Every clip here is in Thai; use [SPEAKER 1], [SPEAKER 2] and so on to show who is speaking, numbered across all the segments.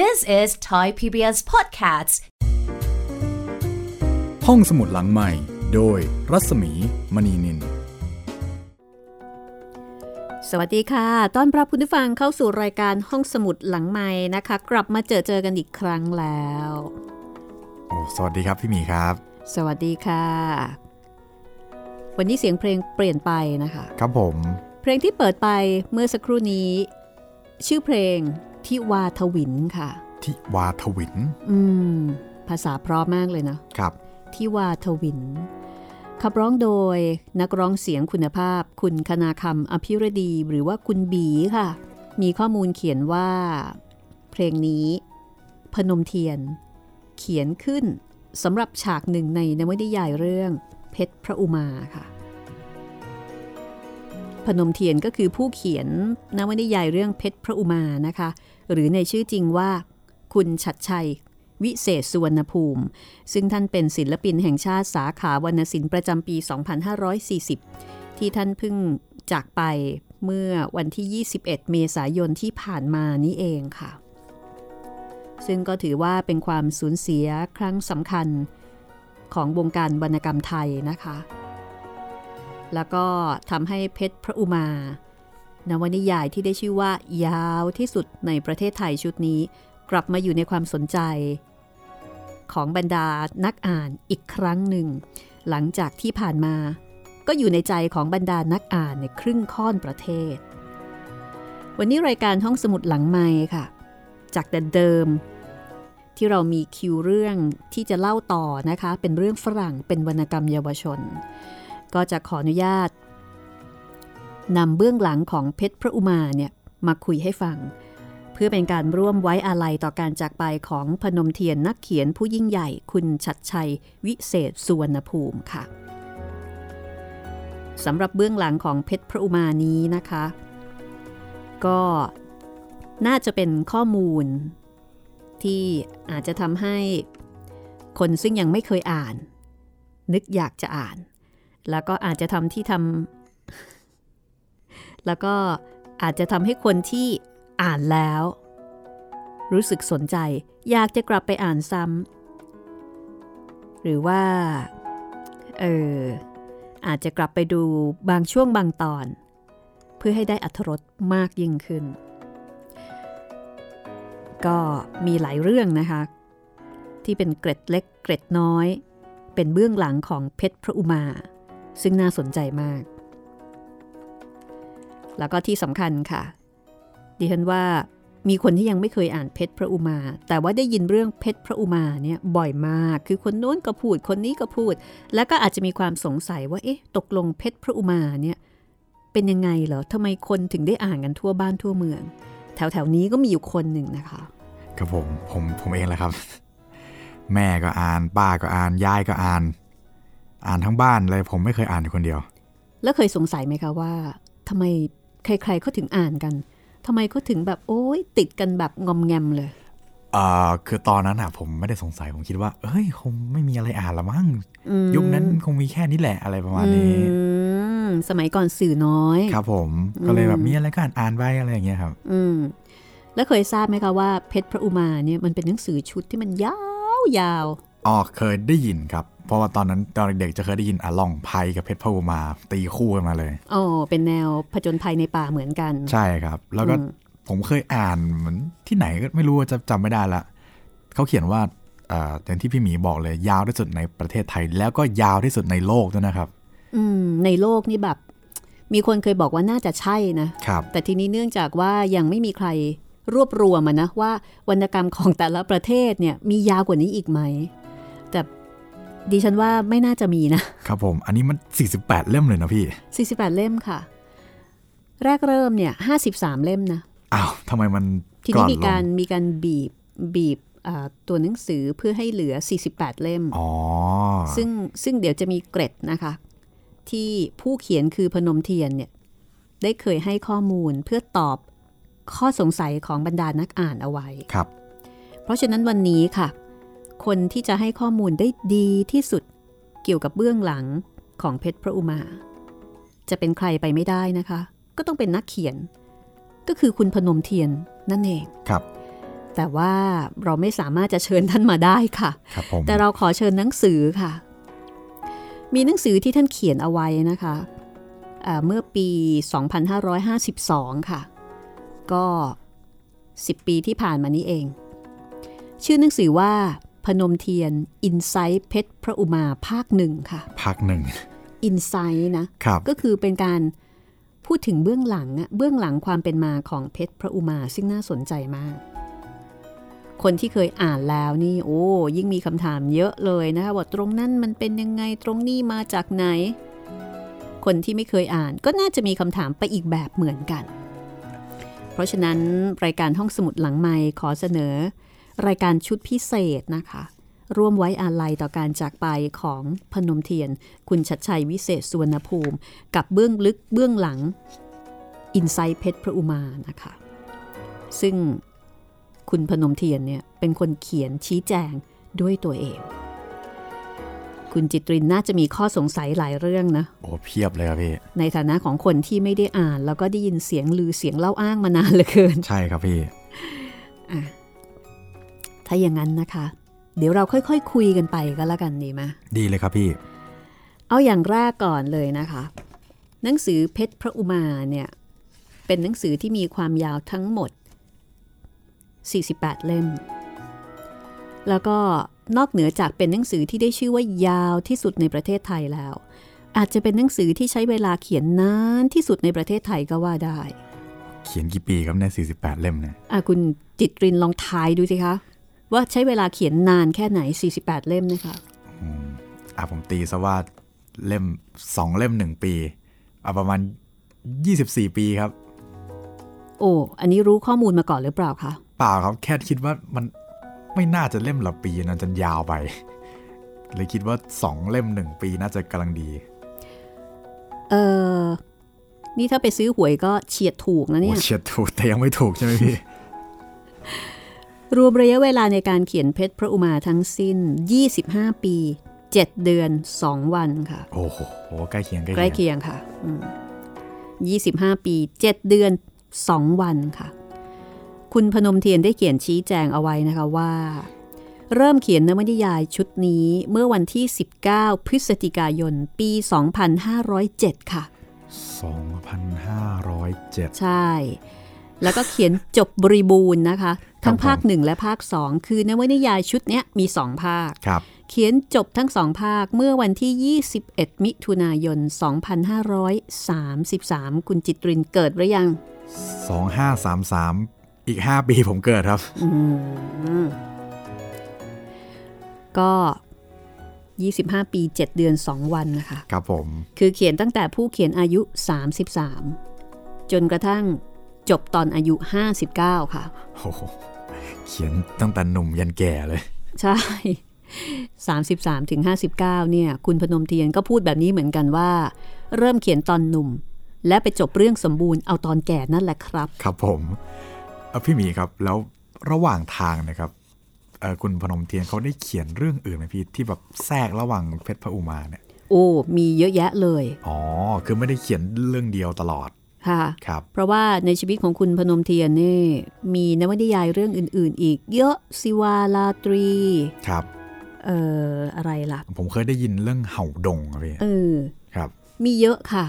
[SPEAKER 1] This is Thai PBS Podcasts.
[SPEAKER 2] ห้องสมุดหลังใหม่โดยรัศมีมณีนิน
[SPEAKER 3] สวัสดีค่ะ ต้อนรับคุณผู้ฟังเข้าสู่รายการห้องสมุดหลังไม้นะคะ กลับมาเจอเจอกันอีกครั้งแล้ว
[SPEAKER 2] โอ้ สวัสดีครับพี่หมีครับ
[SPEAKER 3] สวัสดีค่ะ วันนี้เสียงเพลงเปลี่ยนไปนะคะ
[SPEAKER 2] ครับผม
[SPEAKER 3] เพลงที่เปิดไปเมื่อสักครู่นี้ ชื่อเพลงทิวาทวินค่ะ
[SPEAKER 2] ทิวาทวิน
[SPEAKER 3] อืม ภาษาเพราะมากเลยนะ
[SPEAKER 2] ครับ
[SPEAKER 3] ทิวาทวิน ขับร้องโดยนักร้องเสียงคุณภาพ คุณคณาคำอภิรดีหรือว่าคุณบีค่ะ มีข้อมูลเขียนว่า เพลงนี้ พนมเทียน เขียนขึ้นสำหรับฉากหนึ่งในนวนิยายเรื่อง เพชรพระอุมาค่ะ พนมเทียนก็คือผู้เขียนนวนิยายเรื่องเพชรพระอุมานะคะ หรือในชื่อจริงว่า คุณชัดชัย วิเศษสุวรรณภูมิ ซึ่งท่านเป็นศิลปินแห่งชาติสาขาวรรณศิลป์ประจำปี 2540 ที่ท่านเพิ่งจากไปเมื่อวันที่ 21 เมษายนที่ผ่านมานี้เองค่ะ ซึ่งก็ถือว่าเป็นความสูญเสียครั้งสำคัญของวงการวรรณกรรมไทยนะคะ แล้วก็ทำให้เพชรพระอุมา นวนิยายที่ได้ชื่อว่ายาวที่สุดในประเทศไทยชุดนี้ กลับมาอยู่ในความสนใจ ของบรรดานักอ่านอีกครั้งหนึ่ง หลังจากที่ผ่านมา ก็อยู่ในใจของบรรดานักอ่านในครึ่งค่อนประเทศ วันนี้รายการห้องสมุดหลังไม้ค่ะ จากแต่เดิม ที่เรามีคิวเรื่องที่จะเล่าต่อนะคะ เป็นเรื่องฝรั่งเป็นวรรณกรรมเยาวชน ก็จะขออนุญาต นำเบื้องหลังของเพชรพระอุมาเนี่ยมาคุยให้ฟัง เพื่อเป็นการร่วมไว้อาลัยต่อการจากไปของพนมเทียนนักเขียนผู้ยิ่งใหญ่คุณชัดชัย วิเศษสุวรรณภูมิค่ะสำหรับเบื้องหลังของเพชรพระอุมานี้นะคะ ก็น่าจะเป็นข้อมูล ที่อาจจะทำให้คนซึ่งยังไม่เคยอ่าน นึกอยากจะอ่าน แล้วก็อาจจะทำที่ทำ แล้วก็อาจจะทำให้คนที่อ่านแล้ว รู้สึกสนใจ อยากจะกลับไปอ่านซ้ำหรือว่า เออ อาจจะกลับไปดูบางช่วงบางตอน เพื่อให้ได้อรรถรสมากยิ่งขึ้น ก็มีหลายเรื่องนะคะ ที่เป็นเกร็ดเล็กเกร็ดน้อย เป็นเบื้องหลังของเพชรพระอุมา ซึ่งน่าสนใจมาก แล้วก็ที่สำคัญค่ะ ดิฉันว่ามีคนที่ยังไม่เคยอ่านเพชรพระอุมา แต่ว่าได้ยินเรื่องเพชรพระอุมาเนี่ยบ่อยมาก คือคนโน้นก็พูดคนนี้ก็พูด แล้วก็อาจจะมีความสงสัยว่าเอ๊ะตกลงเพชรพระอุมาเนี่ยเป็นยังไงเหรอทำไมคนถึงได้อ่านกันทั่วบ้านทั่วเมือง แถวแถวๆนี้ก็มีอยู่คนหนึ่งนะคะ
[SPEAKER 4] ครับผมผมผมเองแหละครับ แม่ก็อ่าน ป้าก็อ่านยายก็อ่าน อ่านทั้งบ้านเลยผมไม่เคยอ่านอยู่คนเดียว
[SPEAKER 3] แล้วเคยสงสัยไหมคะว่าทำไมใครๆเขาถึงอ่านกันทำไมเขาถึงแบบโอ๊ยติดกันแบบงอมแงมเลย
[SPEAKER 4] เอ่อคือตอนนั้นอ่ะผมไม่ได้สงสัยผมคิดว่า เอ้ยคงไม่มีอะไรอ่านละมั้ง
[SPEAKER 3] อืม
[SPEAKER 4] ยุคนั้นคงมีแค่นี้แหละอะไรประมาณนี้
[SPEAKER 3] อืมสมัยก่อนสื่อน้อย
[SPEAKER 4] ครับผมก็เลยแบบมีอะไรก็อ่านอ่านไปอะไรอย่างเงี้ยครับ
[SPEAKER 3] อืมแล้วเคยทราบไหมคะว่าเพชรพระอุมาเนี่ยมันเป็นหนังสือชุดที่มันยาวยาว
[SPEAKER 4] อ๋อเคยได้ยินครับ เพราะว่าตอนนั้นตอนเด็กๆจะเคยได้ยินอ่ะล่องไพกับเพชรพระอุมาตีคู่กันมาเลย
[SPEAKER 3] อ๋อเป็นแนวผจญภัยในป่าเหมือนกัน
[SPEAKER 4] ใช่ครับ แล้วก็
[SPEAKER 3] อืม
[SPEAKER 4] ผมเคยอ่านเหมือนที่ไหนก็ไม่รู้จะจำไม่ได้ละเขาเขียนว่าเอ่ออย่างที่พี่หมีบอกเลยยาวที่สุดในประเทศไทย แล้วก็ยาวที่สุดในโลกด้วยนะครับ
[SPEAKER 3] อืมในโลกนี่แบบ มีคนเคยบอกว่าน่าจะใช่นะ
[SPEAKER 4] ครับ
[SPEAKER 3] แต่ทีนี้เนื่องจากว่ายังไม่มีใครรวบรวมอะนะว่าวรรณกรรมของแต่ละประเทศเนี่ยมียาวกว่านี้อีกไหม แต่ดิฉันว่าไม่น่าจะมีนะ
[SPEAKER 4] ครับผม อันนี้มัน 48 เล่มเลยนะพี่
[SPEAKER 3] 48 เล่มค่ะ แรกเริ่มเนี่ย53 เล่มนะ
[SPEAKER 4] อ้าวทำไมมัน
[SPEAKER 3] ที
[SPEAKER 4] ก
[SPEAKER 3] นี้
[SPEAKER 4] ร่อน
[SPEAKER 3] มี
[SPEAKER 4] ล
[SPEAKER 3] การ
[SPEAKER 4] ง
[SPEAKER 3] มีการบีบบีบอ่าตัวหนังสือเพื่อให้เหลือ 48 เล่ม
[SPEAKER 4] อ๋อ
[SPEAKER 3] ซึ่งซึ่งเดี๋ยวจะมีเกร็ดนะคะ ที่ผู้เขียนคือพนมเทียนเนี่ยได้เคยให้ข้อมูลเพื่อตอบข้อสงสัยของบรรดานักอ่านเอาไว้
[SPEAKER 4] ครับ
[SPEAKER 3] เพราะฉะนั้นวันนี้ค่ะ คนที่จะให้ข้อมูลได้ดีที่สุดเกี่ยวกับเบื้องหลังของเพชรพระอุมา จะเป็นใครไปไม่ได้นะคะ ก็ต้องเป็นนักเขียน ก็คือคุณพนมเทียนนั่นเอง
[SPEAKER 4] ครับ
[SPEAKER 3] แต่ว่าเราไม่สามารถจะเชิญท่านมาได้ค่ะ
[SPEAKER 4] ครับผม
[SPEAKER 3] แต่เราขอเชิญหนังสือค่ะ มีหนังสือที่ท่านเขียนเอาไว้นะคะเอ่อเมื่อปี 2552 ค่ะ ก็ 10 ปีที่ผ่านมานี้เอง ชื่อหนังสือว่า พนมเทียน อินไซต์เพชรพระอุมาภาคหนึ่งค่ะ
[SPEAKER 4] พักหนึ่ง
[SPEAKER 3] อินไซต์นะ
[SPEAKER 4] ครับ
[SPEAKER 3] ก็คือเป็นการพูดถึงเบื้องหลังอะเบื้องหลังความเป็นมาของเพชรพระอุมาซึ่งน่าสนใจมาก คนที่เคยอ่านแล้วนี่โอ้ยิ่งมีคำถามเยอะเลยนะคะว่าตรงนั้นมันเป็นยังไงตรงนี้มาจากไหน คนที่ไม่เคยอ่านก็น่าจะมีคำถามไปอีกแบบเหมือนกัน เพราะฉะนั้นรายการห้องสมุดหลังไม้ขอเสนอ รายการชุดพิเศษนะคะ ร่วมไว้อาลัยต่อการจากไปของพนมเทียน คุณชัดชัยวิเศษสุวรรณภูมิ กับเบื้องลึกเบื้องหลังอินไซต์เพชรพระอุมานะคะ ซึ่งคุณพนมเทียนเนี่ยเป็นคนเขียนชี้แจงด้วยตัวเอง คุณจิตรินน่าจะมีข้อสงสัยหลายเรื่องนะ
[SPEAKER 4] โอ้เพียบเลยครับพี่
[SPEAKER 3] ในฐานะของคนที่ไม่ได้อ่าน แล้วก็ได้ยินเสียงลือเสียงเล่าอ้างมานานเหลือเกิน
[SPEAKER 4] ใช่ครับพี่
[SPEAKER 3] ถ้าอย่างนั้นนะคะ เดี๋ยวเราค่อยๆคคุยกันไปก็แล้วกันดีไหม
[SPEAKER 4] ดีเลยครับพี่
[SPEAKER 3] เอาอย่างแรกก่อนเลยนะคะ หนังสือเพชรพระอุมาเนี่ย เป็นหนังสือที่มีความยาวทั้งหมด 48 เล่ม แล้วก็นอกเหนือจากเป็นหนังสือที่ได้ชื่อว่ายาวที่สุดในประเทศไทยแล้ว อาจจะเป็นหนังสือที่ใช้เวลาเขียนนานที่สุดในประเทศไทยก็ว่าได้
[SPEAKER 4] เขียนกี่ปีครับในย48 เล่มเนี่ย
[SPEAKER 3] อ่ะคุณจิตรินลองทายดูสิคะ ว่าใช้เวลาเขียนนานแค่ไหน 48 เล่มนะคะ
[SPEAKER 4] อ่ะผมตีซะว่าเล่มสองเล่มหนึ่งปีอ่ะประมาณ 24 ปีครับ
[SPEAKER 3] โอ้ อันนี้รู้ข้อมูลมาก่อนหรือเปล่าคะ
[SPEAKER 4] เปล่าครับแค่คิดว่ามันไม่น่าจะเล่มละปีนะจะยาวไป เลยคิดว่า 2 เล่มหนึ่งปีน่าจะกำลังดี
[SPEAKER 3] เออ นี่ถ้าไปซื้อหวยก็เฉียดถูกนะ
[SPEAKER 4] โอ้
[SPEAKER 3] เนี่ย
[SPEAKER 4] เฉียดถูกแต่ยังไม่ถูกใช่ไหมพี่
[SPEAKER 3] รวมระยะเวลาในการเขียนเพชรพระอุมาทั้งสิ้น 25 ปี 7 เดือน 2 วันค่ะ
[SPEAKER 4] โอ้โหใกล้เคียงใกล้
[SPEAKER 3] ใกล้
[SPEAKER 4] เคียง
[SPEAKER 3] เคียงค่ะอืม25 ปี 7 เดือน 2 วันค่ะ คุณพนมเทียนได้เขียนชี้แจงเอาไว้นะคะว่า เริ่มเขียนนวนิยายชุดนี้เมื่อวันที่ 19 พฤศจิกายน ปี 2507 ค่ะ
[SPEAKER 4] 2,507
[SPEAKER 3] ใช่ แล้วก็เขียนจบบริบูรณ์นะคะ ทั้ง
[SPEAKER 4] ครับผม
[SPEAKER 3] ภาคหนึ่งและภาคสองคือนวนิยายชุดเนี้ยมีสองภาค
[SPEAKER 4] ครับ
[SPEAKER 3] เขียนจบทั้งสองภาคเมื่อวันที่ 21 มิถุนายน 2533 คุณจิตรินเกิดหรือยัง
[SPEAKER 4] 2533 อีก 5 ปีผมเกิดครับ
[SPEAKER 3] ก็ 25 ปี 7 เดือน 2 วันนะคะ
[SPEAKER 4] ครับผม
[SPEAKER 3] คือเขียนตั้งแต่ผู้เขียนอายุ 33 จนกระทั่งจบตอนอายุ 59 ค่ะ
[SPEAKER 4] โอ้โหเขียนตั้งแต่หนุ่มยันแก่เลย
[SPEAKER 3] ใช่ 33ถึง59 เนี่ย คุณพนมเทียนก็พูดแบบนี้เหมือนกันว่า เริ่มเขียนตอนหนุ่ม และไปจบเรื่องสมบูรณ์เอาตอนแก่นั่นแหละครับ
[SPEAKER 4] ครับผมเอ่อพี่หมีครับแล้วระหว่างทางนะครับเอ่อคุณพนมเทียนเขาได้เขียนเรื่องอื่นไหมพี่ที่แบบแทรกระหว่างเพชรพระอุมาเนี่ย
[SPEAKER 3] โอ้ มีเยอะแยะเลย
[SPEAKER 4] อ๋อคือไม่ได้เขียนเรื่องเดียวตลอด
[SPEAKER 3] ค่ะ
[SPEAKER 4] ครับ
[SPEAKER 3] เพราะว่าในชีวิตของคุณพนมเทียนนี่มีนวนิยายเรื่องอื่น ๆ อีก เยอะสิวาลาตรี
[SPEAKER 4] ครับ
[SPEAKER 3] เอ่อ อะไรล่ะ
[SPEAKER 4] ผมเคยได้ยินเรื่องเห่าดงครับพี่
[SPEAKER 3] เออ
[SPEAKER 4] ครับ
[SPEAKER 3] มีเยอะค่ะ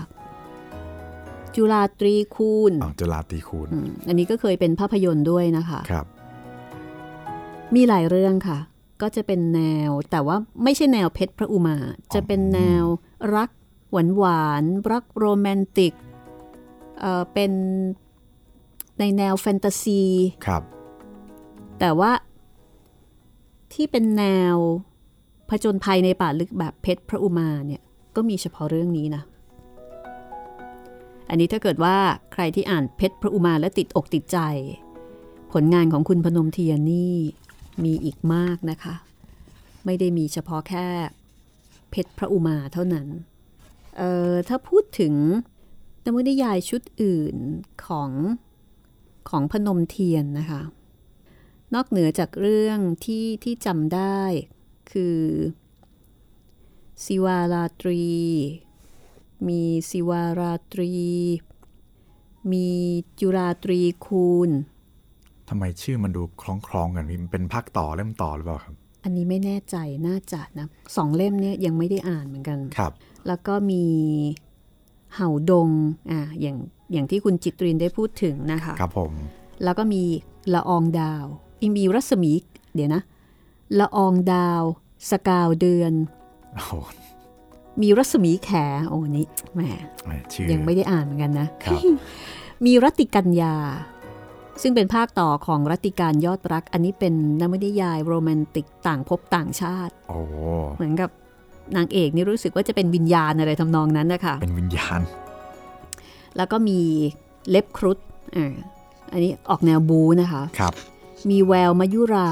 [SPEAKER 3] จุลาตรีคูณ
[SPEAKER 4] อ๋อจุลาตีคูณ
[SPEAKER 3] อืมอันนี้ก็เคยเป็นภาพยนตร์ด้วยนะคะ
[SPEAKER 4] ครับ
[SPEAKER 3] มีหลายเรื่องค่ะ ก็จะเป็นแนวแต่ว่าไม่ใช่แนวเพชรพระอุมา จะเป็นแนวรักหวานหวานๆรักโรแมนติกเอ่อเป็นในแนวแฟนตาซี
[SPEAKER 4] ครับ
[SPEAKER 3] แต่ว่าที่เป็นแนวผจญภัยในป่าลึกแบบเพชรพระอุมาเนี่ยก็มีเฉพาะเรื่องนี้นะ อันนี้ถ้าเกิดว่าใครที่อ่านเพชรพระอุมาและติดอกติดใจ ผลงานของคุณพนมเทียนนี่มีอีกมากนะคะ ไม่ได้มีเฉพาะแค่เพชรพระอุมาเท่านั้น เอ่อถ้าพูดถึงนวนิยายชุดอื่นของของพนมเทียนนะคะ นอกเหนือจากเรื่องที่ที่จำได้คือสิวาราตรี มีสิวาราตรี มีจุราตรีคูณ
[SPEAKER 4] ทำไมชื่อมันดูคล้องๆกันพี่มันเป็นภาคต่อเล่มต่อหรือเปล่าครับ
[SPEAKER 3] อันนี้ไม่แน่ใจน่าจะนะสองเล่มเนี่ยยังไม่ได้อ่านเหมือนกัน
[SPEAKER 4] ครับ
[SPEAKER 3] แล้วก็มีเห่าดงอ่าอย่างอย่างที่คุณจิตรินได้พูดถึงนะคะ
[SPEAKER 4] ครับผม
[SPEAKER 3] แล้วก็มีละอองดาวอิมีรัศมีเดี๋ยวนะละอองดาว สกาวเดือน
[SPEAKER 4] โอ้โห
[SPEAKER 3] มีรัศมีแขโอ้นี่แหม
[SPEAKER 4] แหม่ชื่อ
[SPEAKER 3] ยังไม่ได้อ่านเหมือนกันนะ
[SPEAKER 4] ครับ
[SPEAKER 3] มีรัตติกัญญา ซึ่งเป็นภาคต่อของรัตติการยอดรัก อันนี้เป็นนวนิยายโรแมนติกต่างภพต่างชาติ
[SPEAKER 4] โอ้โห
[SPEAKER 3] เหมือนกับนางเอกนี่รู้สึกว่าจะเป็นวิญญาณอะไรทำนองนั้นนะคะ
[SPEAKER 4] เป็นวิญญาณ
[SPEAKER 3] แล้วก็มีเล็บครุฑอ่าอันนี้ออกแนวบูนะคะ
[SPEAKER 4] ครับ
[SPEAKER 3] มีแววมายุรา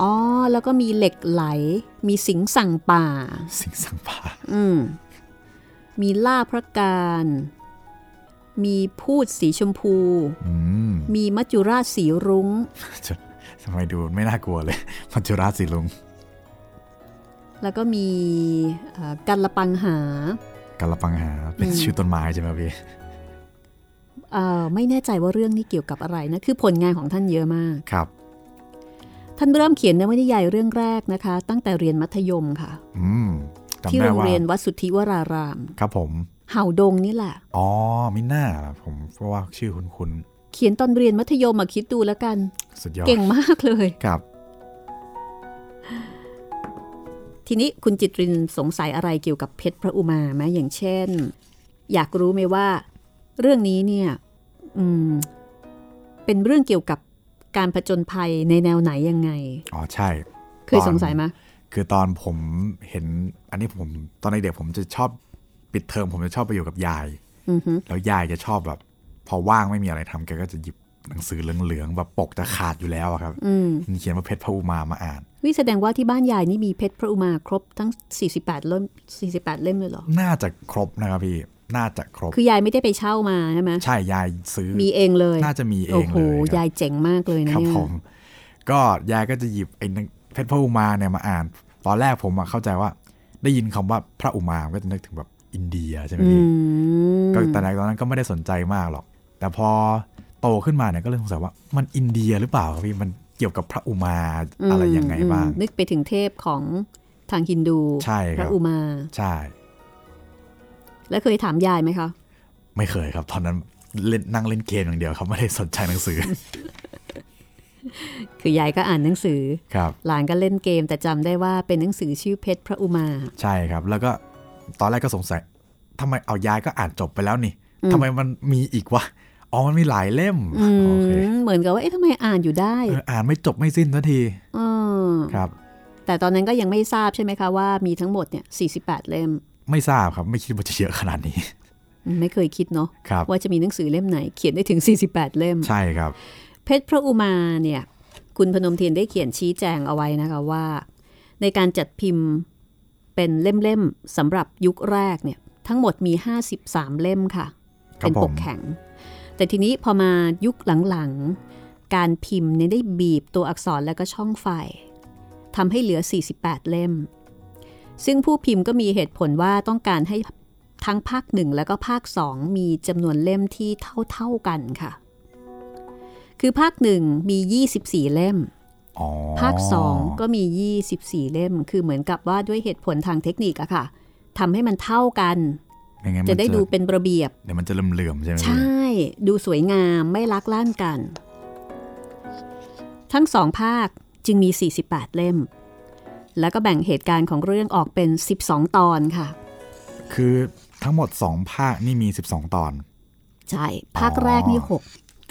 [SPEAKER 3] อ๋อ แล้วก็มีเหล็กไหล มีสิงสั่งป่า
[SPEAKER 4] สิงสังป่า
[SPEAKER 3] อืม มีล่าพระการ มีพูดสีชมพู
[SPEAKER 4] อืม
[SPEAKER 3] มีมัจจุราชสีรุง้ง
[SPEAKER 4] จะทำไมดูไม่น่ากลัวเลย มัจจุราชสีลุง
[SPEAKER 3] แล้วก็มีเอ่อกัลปังหา
[SPEAKER 4] กัลปังหา เป็นชื่อต้นไม้ใช่ไหมพี่
[SPEAKER 3] เอ่อ ไม่แน่ใจว่าเรื่องนี้เกี่ยวกับอะไรนะ คือผลงานของท่านเยอะมาก
[SPEAKER 4] ครับ
[SPEAKER 3] ท่านเริ่มเขียนนวนิยายเรื่องแรกนะคะ ตั้งแต่เรียนมัธยมค่ะ
[SPEAKER 4] อืมจำ
[SPEAKER 3] ที่
[SPEAKER 4] ได้
[SPEAKER 3] โรง
[SPEAKER 4] ว่า
[SPEAKER 3] เรียนวัดสุทธิวราราม
[SPEAKER 4] ครับผม
[SPEAKER 3] เห่าดงนี่แหละ
[SPEAKER 4] อ๋อมิน่าล่ะผมเพราะว่าชื่อคุณคุณ
[SPEAKER 3] เขียนตอนเรียนมัธยมมาคิดดูแล้วกัน
[SPEAKER 4] สุดยอด
[SPEAKER 3] เก่งมากเลย
[SPEAKER 4] ครับ
[SPEAKER 3] ทีนี้คุณจิตรินสงสัยอะไรเกี่ยวกับเพชรพระอุมาไหมอย่างเช่น อยากรู้ไหมว่า เรื่องนี้เนี่ยอืมเป็นเรื่องเกี่ยวกับการผจญภัยในแนวไหนยังไง
[SPEAKER 4] อ๋อ ใช่
[SPEAKER 3] เคยสงสัยไหม
[SPEAKER 4] คือตอนผมเห็น อันนี้ผมตอนในเด็กๆผมจะชอบปิดเทอมผมจะชอบไปอยู่กับยาย
[SPEAKER 3] อือฮึ
[SPEAKER 4] แล้วยายจะชอบแบบ พอว่างไม่มีอะไรทำแกก็จะหยิบหนังสือเหลืองๆแบบปกจะขาดอยู่แล้วอะครับ
[SPEAKER 3] อืม
[SPEAKER 4] มันเขียนว่าเพชรพระอุมามาอ่าน
[SPEAKER 3] วิแสดงว่าที่บ้านยายนี่มีเพชรพระอุมาครบทั้ง 48 เล่ม 48 เล่มเลยเหรอ
[SPEAKER 4] น่าจะครบนะครับพี่ น่าจะครบ
[SPEAKER 3] คือยายไม่ได้ไปเช่ามาใช่ไหม
[SPEAKER 4] ใช่ยายซื้อ
[SPEAKER 3] มีเองเลย
[SPEAKER 4] น่าจะมีเอ
[SPEAKER 3] โอ้
[SPEAKER 4] ง
[SPEAKER 3] โห
[SPEAKER 4] เลยครับ
[SPEAKER 3] ยายเจ๋งมากเลยนะครับ เนี่ย
[SPEAKER 4] ผม ก็ยายก็จะหยิบไอ้หนังเพชรพระอุมาเนี่ยมาอ่าน ตอนแรกผมอะเข้าใจว่า ได้ยินคำว่าพระอุมาก็จะนึกถึงแบบอินเดียใช่ไหม
[SPEAKER 3] อื
[SPEAKER 4] พี่
[SPEAKER 3] ม
[SPEAKER 4] ก็แต่ในตอนนั้นก็ไม่ได้สนใจมากหรอก แต่พอโตขึ้นมาเนี่ยก็เลยสงสัยว่ามันอินเดียหรือเปล่าครับพี่มันเกี่ยวกับพระอุมาอะไรยังไงบ้าง
[SPEAKER 3] อืมนึกไปถึงเทพของทางฮินดู
[SPEAKER 4] ใช่ครับ
[SPEAKER 3] พระอุมา
[SPEAKER 4] ใช่
[SPEAKER 3] แล้วเคยถามยายไหมคะ
[SPEAKER 4] ไม่เคยครับ ตอนนั้นเล่นนั่งเล่นเกมอย่างเดียวครับไม่ได้สนใจหนังสือ
[SPEAKER 3] คือยายก็อ่านหนังสือ
[SPEAKER 4] ครับ
[SPEAKER 3] หลานก็เล่นเกมแต่จำได้ว่าเป็นหนังสือชื่อเพชรพระอุมา
[SPEAKER 4] ใช่ครับ แล้วก็ตอนแรกก็สงสัยทำไมเอายายก็อ่านจบไปแล้วนี่ทำไมมันมีอีกวะอ๋อมันมีหลายเล่ม
[SPEAKER 3] อื
[SPEAKER 4] โอเค
[SPEAKER 3] ม เหมือนกับว่า เอ๊ะทำไมอ่านอยู่ได้
[SPEAKER 4] เอออ่านไม่จบไม่สิ้นสักที
[SPEAKER 3] เออ
[SPEAKER 4] ครับ
[SPEAKER 3] แต่ตอนนั้นก็ยังไม่ทราบใช่ไหมคะว่ามีทั้งหมดเนี่ย 48 เล่ม
[SPEAKER 4] ไม่ทราบครับ ไม่คิดว่าจะเยอะขนาดนี้
[SPEAKER 3] อืมไม่เคยคิดเนาะ
[SPEAKER 4] ครับ
[SPEAKER 3] ว่าจะมีหนังสือเล่มไหนเขียนได้ถึง 48 เล่ม
[SPEAKER 4] ใช่ครับ
[SPEAKER 3] เพชรพระอุมาเนี่ย คุณพนมเทียนได้เขียนชี้แจงเอาไว้นะคะว่า ในการจัดพิมพ์เป็นเล่มๆสำหรับยุคแรกเนี่ย ทั้งหมดมี 53 เล่มค่ะ
[SPEAKER 4] ครับ
[SPEAKER 3] เป็นปก
[SPEAKER 4] ผม
[SPEAKER 3] แข็ง แต่ทีนี้พอมายุคหลังๆ การพิมพ์เนี่ยได้บีบตัวอักษรแล้วก็ช่องไฟทำให้เหลือ 48 เล่ม ซึ่งผู้พิมพ์ก็มีเหตุผลว่าต้องการให้ทั้งภาคหนึ่งแล้วก็ภาคสองมีจำนวนเล่มที่เท่าๆกันค่ะ คือภาคหนึ่งมี 24 เล่ม
[SPEAKER 4] อ๋อ
[SPEAKER 3] ภาค 2 ก็มี 24 เล่ม คือเหมือนกับว่าด้วยเหตุผลทางเทคนิคอะค่ะทำให้มันเท่ากัน
[SPEAKER 4] ไม่งั้นมัน
[SPEAKER 3] จะได้ดูเป็นระเบียบ
[SPEAKER 4] เดี๋ยวมันจะเหลื่อมๆใช่ไหม
[SPEAKER 3] ใช่ ดูสวยงามไม่ลักลั่นกัน ทั้งสองภาคจึงมี 48 เล่ม แล้วก็แบ่งเหตุการณ์ของเรื่องออกเป็น 12 ตอนค่ะ
[SPEAKER 4] คือทั้งหมด 2 ภาคนี่มี 12 ตอน
[SPEAKER 3] ใช่ ภาคแรกนี่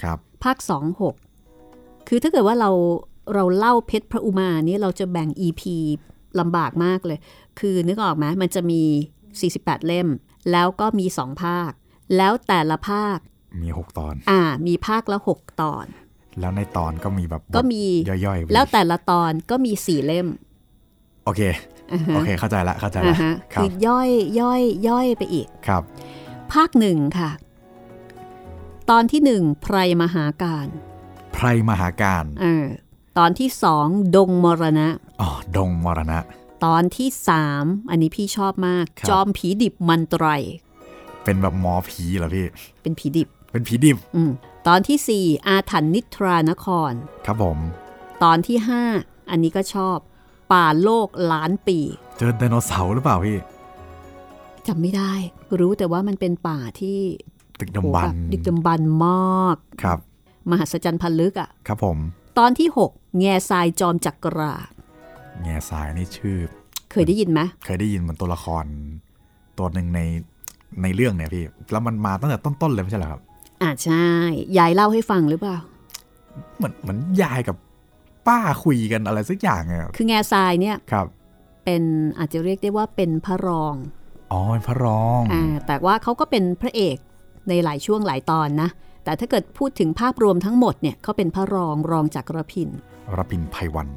[SPEAKER 4] ครับ
[SPEAKER 3] 6 ภาค 2 6 คือถ้าเกิดว่าเราเราเล่าเพชรพระอุมาเนี่ยเราจะแบ่ง EP ลำบากมากเลย คือนึกออกไหมมันจะมี 48 เล่ม แล้วก็มี 2 ภาค แล้วแต่ละภาค
[SPEAKER 4] มี 6 ตอน
[SPEAKER 3] อ่ามีภาคละ 6 ตอน
[SPEAKER 4] แล้วในตอนก็มีแบบบท
[SPEAKER 3] ก็มี
[SPEAKER 4] ย่อยๆไป
[SPEAKER 3] แล้วแต่ละตอนก็มีสี่เล่ม
[SPEAKER 4] โอเค โอเคเข้าใจละเข้าใจ
[SPEAKER 3] อ่า
[SPEAKER 4] ละ
[SPEAKER 3] ฮะ
[SPEAKER 4] ครั
[SPEAKER 3] คื
[SPEAKER 4] บ
[SPEAKER 3] อย่อยย่อยย่อยไปอีก
[SPEAKER 4] ครับ
[SPEAKER 3] ภาคหนึ่งค่ะ ตอนที่หนึ่งไพรมหาการ
[SPEAKER 4] ไพรมหาการ
[SPEAKER 3] เออตอนที่สองดงมรณะ
[SPEAKER 4] อ๋อดงมรณะ
[SPEAKER 3] ตอนที่สามอันนี้พี่ชอบมาก
[SPEAKER 4] ครับ
[SPEAKER 3] จอมผีดิบมันไตร
[SPEAKER 4] เป็นแบบหมอผีเหรอพี่
[SPEAKER 3] เป็นผีดิบ
[SPEAKER 4] เป็นผีดิบ
[SPEAKER 3] อืม ตอนที่ 4 อาถรรพ์นิทรานคร
[SPEAKER 4] ครับผม
[SPEAKER 3] ตอนที่ 5 อันนี้ก็ชอบ ป่าโลกล้านปี
[SPEAKER 4] เจอไดโนเสาร์หรือเปล่าพี่
[SPEAKER 3] จำไม่ได้ รู้แต่ว่ามันเป็นป่าที่
[SPEAKER 4] ตึก
[SPEAKER 3] โห
[SPEAKER 4] ดำบรร
[SPEAKER 3] แบบ
[SPEAKER 4] พ์
[SPEAKER 3] ดึกดำบรรพ์มาก
[SPEAKER 4] ครับ
[SPEAKER 3] มหัศจรรย์พันลึกอะ่ะ
[SPEAKER 4] ครับผม
[SPEAKER 3] ตอนที่ 6 แง่ทรายจอมจักรา
[SPEAKER 4] แง่สายนี่ชื่อ
[SPEAKER 3] เคยได้ยินไหม
[SPEAKER 4] เคยได้ยินเหมือนตัวละคร ตัวหนึ่งในในเรื่องเนี่ยพี่ แล้วมันมาตั้งแต่ต้นๆเลยไม่ใช่เหรอครับ
[SPEAKER 3] อ่าใช่ยายเล่าให้ฟังหรือเปล่า
[SPEAKER 4] เหมือนเหมือนยายกับป้าคุยกันอะไรสักอย่างเนี่ย
[SPEAKER 3] คือแง่ทรายเนี่ย
[SPEAKER 4] ครับ
[SPEAKER 3] เป็นอาจจะเรียกได้ว่าเป็นพระรอง
[SPEAKER 4] อ๋อเป็นพระรอง
[SPEAKER 3] อ่าแต่ว่าเขาก็เป็นพระเอกในหลายช่วงหลายตอนนะ แต่ถ้าเกิดพูดถึงภาพรวมทั้งหมดเนี่ยเขาเป็นพระรองรองจากรพิน
[SPEAKER 4] รพินไพวัน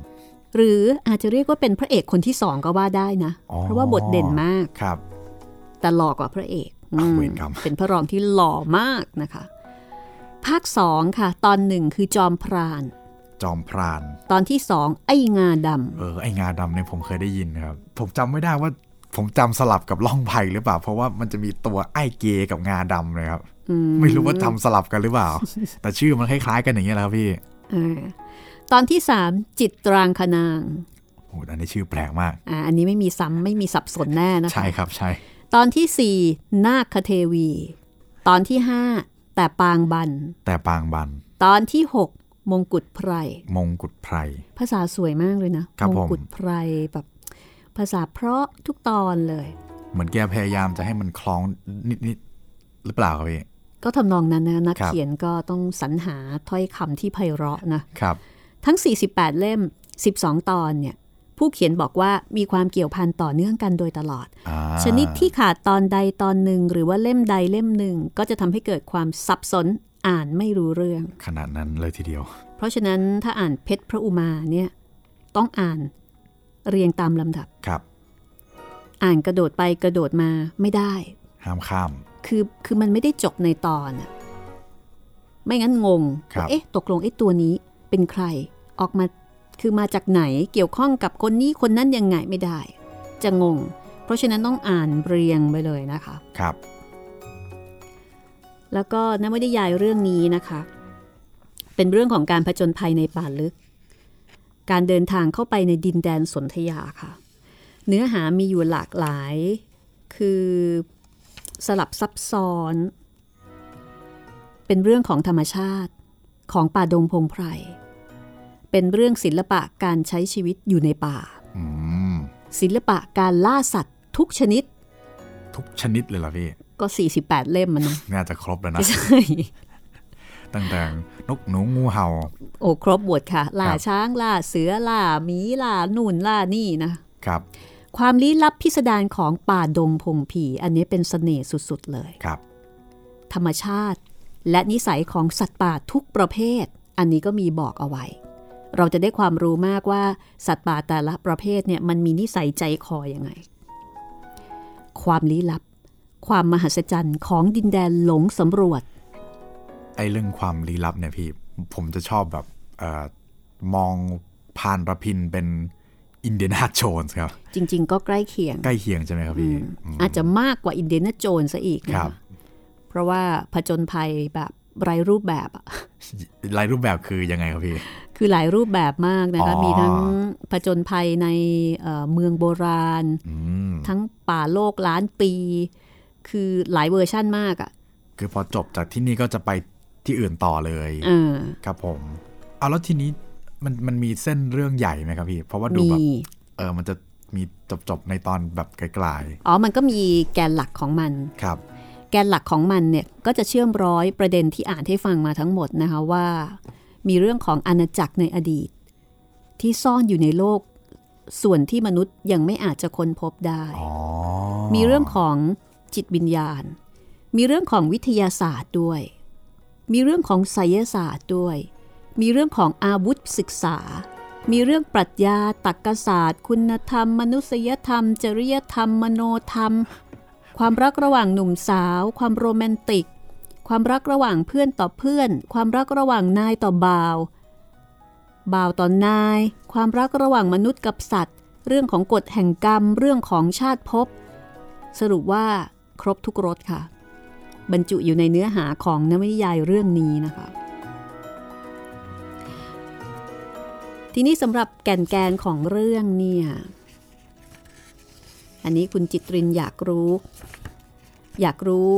[SPEAKER 3] หรืออาจจะเรียกว่าเป็นพระเอกคนที่สองก็ว่าได้นะ
[SPEAKER 4] อ๋อ
[SPEAKER 3] เพราะว่าบทเด่นมาก
[SPEAKER 4] ครับ
[SPEAKER 3] แต่หล่อกว่าพระเอกอืม
[SPEAKER 4] เวรกรรม
[SPEAKER 3] เป็นพระรองที่หล่อมากนะคะ ภาคสองค่ะ ตอนหนึ่งคือจอมพราน
[SPEAKER 4] จอมพราน
[SPEAKER 3] ตอนที่สองไอ้งาด
[SPEAKER 4] เออไองาดำเนี่ยผมเคยได้ยินครับ ผมจำไม่ได้ว่าผมจำสลับกับล่องไผ่หรือเปล่า เพราะว่ามันจะมีตัวไอ้เกกับงาดำเลยครับ
[SPEAKER 3] ำอืม
[SPEAKER 4] ไม่รู้ว่าจำสลับกันหรือเปล่า แต่ชื่อมันคล้ายๆ กันอย่างเงี้ยแหละครับพี่
[SPEAKER 3] เออตอนที่สามจิตตรางคนาง
[SPEAKER 4] โอ้โหอันนี้ชื่อแปลกมาก
[SPEAKER 3] อ่าอันนี้ไม่มีซ้ำไม่มีสับสนแน่นะคะ
[SPEAKER 4] ใช่ครับใช่
[SPEAKER 3] ตอนที่สี่นาคเทวี ตอนที่ห้าแต่ปางบัน
[SPEAKER 4] แต่ปางบัน
[SPEAKER 3] ตอนที่หกมงกุฎไพร
[SPEAKER 4] มงกุฎไพร
[SPEAKER 3] ภาษาสวยมากเลยนะครับ ม
[SPEAKER 4] ผม
[SPEAKER 3] งกุฎไพรแบบภาษาเพราะทุกตอนเลย
[SPEAKER 4] เหมือนแกพยายามจะให้มันคล้องนิดๆหรือเปล่าครับพี่
[SPEAKER 3] ก็ทำนองนั้นนะนัก
[SPEAKER 4] ครับ
[SPEAKER 3] เขียนก็ต้องสรรหาถ้อยคำที่ไพเราะนะ
[SPEAKER 4] ครับ
[SPEAKER 3] ทั้ง 48 เล่ม 12 ตอนเนี่ยผู้เขียนบอกว่ามีความเกี่ยวพันต่อเนื่องกันโดยตลอด
[SPEAKER 4] อ่า
[SPEAKER 3] ชนิดที่ขาดตอนใดตอนหนึ่ง หรือว่าเล่มใดเล่มหนึ่ง ก็จะทำให้เกิดความสับสนอ่านไม่รู้เรื่อง
[SPEAKER 4] ขนาดนั้นเลยทีเดียว
[SPEAKER 3] เพราะฉะนั้นถ้าอ่านเพชรพระอุมาเนี่ยต้องอ่านเรียงตามลำดับ
[SPEAKER 4] ครับ
[SPEAKER 3] อ่านกระโดดไปกระโดดมาไม่ได้
[SPEAKER 4] ห้ามข้าม
[SPEAKER 3] คือคือมันไม่ได้จบในตอนอะไม่งั้นงง
[SPEAKER 4] ครับ
[SPEAKER 3] ว่าเอ๊ะ ตกลงไอ้ตัวนี้เป็นใคร ออกมาคือมาจากไหนเกี่ยวข้องกับคนนี้คนนั้นยังไงไม่ได้ จะงง เพราะฉะนั้นต้องอ่านเรียงไปเลยนะคะ
[SPEAKER 4] ครับ
[SPEAKER 3] แล้วก็นวนิยายเรื่องนี้นะคะ เป็นเรื่องของการผจญภัยในป่าลึก การเดินทางเข้าไปในดินแดนสนธยาค่ะ เนื้อหามีอยู่หลากหลาย คือสลับซับซ้อน เป็นเรื่องของธรรมชาติของป่าดงพงไพร เป็นเรื่องศิลปะการใช้ชีวิตอยู่ในป่า
[SPEAKER 4] อืม
[SPEAKER 3] ศิลปะการล่าสัตว์ทุกชนิด
[SPEAKER 4] ทุกชนิดเลยเหรอพี่
[SPEAKER 3] ก็ 48 เล่มมันนะ
[SPEAKER 4] น่าจะครบแล้วนะ
[SPEAKER 3] ใช่
[SPEAKER 4] ตั้งแต่นกหนูงูเห่า
[SPEAKER 3] โอ้ครบหมดค่ะ ล่า
[SPEAKER 4] ครับ
[SPEAKER 3] ช้าง ล่าเสือ ล่าหมี ล่านู่น ล่านี่นะ
[SPEAKER 4] ครับ
[SPEAKER 3] ความลี้ลับพิสดารของป่าดงพงผี อันนี้เป็นเสน่ห์สุดๆเลย
[SPEAKER 4] ครับ
[SPEAKER 3] ธรรมชาติ และนิสัยของสัตว์ป่าทุกประเภท อันนี้ก็มีบอกเอาไว้ เราจะได้ความรู้มากว่าสัตว์ป่าแต่ละประเภทเนี่ยมันมีนิสัยใจคอยังไง ความลี้ลับ ความมหัศจรรย์ของดินแดนหลงสำรวจ
[SPEAKER 4] ไอ้เรื่องความลี้ลับเนี่ยพี่ ผมจะชอบแบบเอ่อมองผ่านระพินเป็นอินเดียนาโจนส์ครับ
[SPEAKER 3] จริง ๆ ก็ใกล้เคียง
[SPEAKER 4] ใกล้เคียงใช่ไหมครับพี่อืม
[SPEAKER 3] อาจจะมากกว่าอินเดียนาโจนส์ซะอีก
[SPEAKER 4] ค
[SPEAKER 3] นะ
[SPEAKER 4] รับ
[SPEAKER 3] คะ เพราะว่าผจญภัยแบบไร้รูปแบบอะ
[SPEAKER 4] รายรูปแบบคือยังไงครับพี่
[SPEAKER 3] คือหลายรูปแบบมากนะคะ
[SPEAKER 4] อ๋อ
[SPEAKER 3] มีทั้งผจญภัยในเอ่อเมืองโบราณ
[SPEAKER 4] อืม
[SPEAKER 3] ทั้งป่าโลกล้านปี คือหลายเวอร์ชั่นมากอะ
[SPEAKER 4] คือพอจบจากที่นี่ก็จะไปที่อื่นต่อเลย
[SPEAKER 3] เออ
[SPEAKER 4] ครับผม เอาแล้วทีนี้มันมันมีเส้นเรื่องใหญ่ไหมครับพี่ เพราะว่าดู
[SPEAKER 3] มี
[SPEAKER 4] แบบเออมันจะมีจบจบๆในตอนแบบไกล
[SPEAKER 3] อ๋อมันก็มีแกนหลักของมัน
[SPEAKER 4] ๆครับ
[SPEAKER 3] แกนหลักของมันเนี่ยก็จะเชื่อมร้อยประเด็นที่อ่านให้ฟังมาทั้งหมดนะคะว่า มีเรื่องของอาณาจักรในอดีต ที่ซ่อนอยู่ในโลก ส่วนที่มนุษย์ยังไม่อาจจะค้นพบได้
[SPEAKER 4] อ๋อ
[SPEAKER 3] มีเรื่องของจิตวิญญาณ มีเรื่องของวิทยาศาสตร์ด้วย มีเรื่องของไสยศาสตร์ด้วย มีเรื่องของอาวุธศึกษา มีเรื่องปรัชญาตรรกศาสตร์ คุณธรรม มนุษยธรรม จริยธรรม มโนธรรม ความรักระหว่างหนุ่มสาว ความโรแมนติก ความรักระหว่างเพื่อนต่อเพื่อน ความรักระหว่างนายต่อบ่าว บ่าวต่อนาย ความรักระหว่างมนุษย์กับสัตว์ เรื่องของกฎแห่งกรรม เรื่องของชาติภพ สรุปว่าครบทุกรสค่ะ บรรจุอยู่ในเนื้อหาของนวนิยายเรื่องนี้นะคะ ทีนี้สำหรับแก่นแกนของเรื่องเนี่ย อันนี้คุณจิตรินอยากรู้ อยากรู้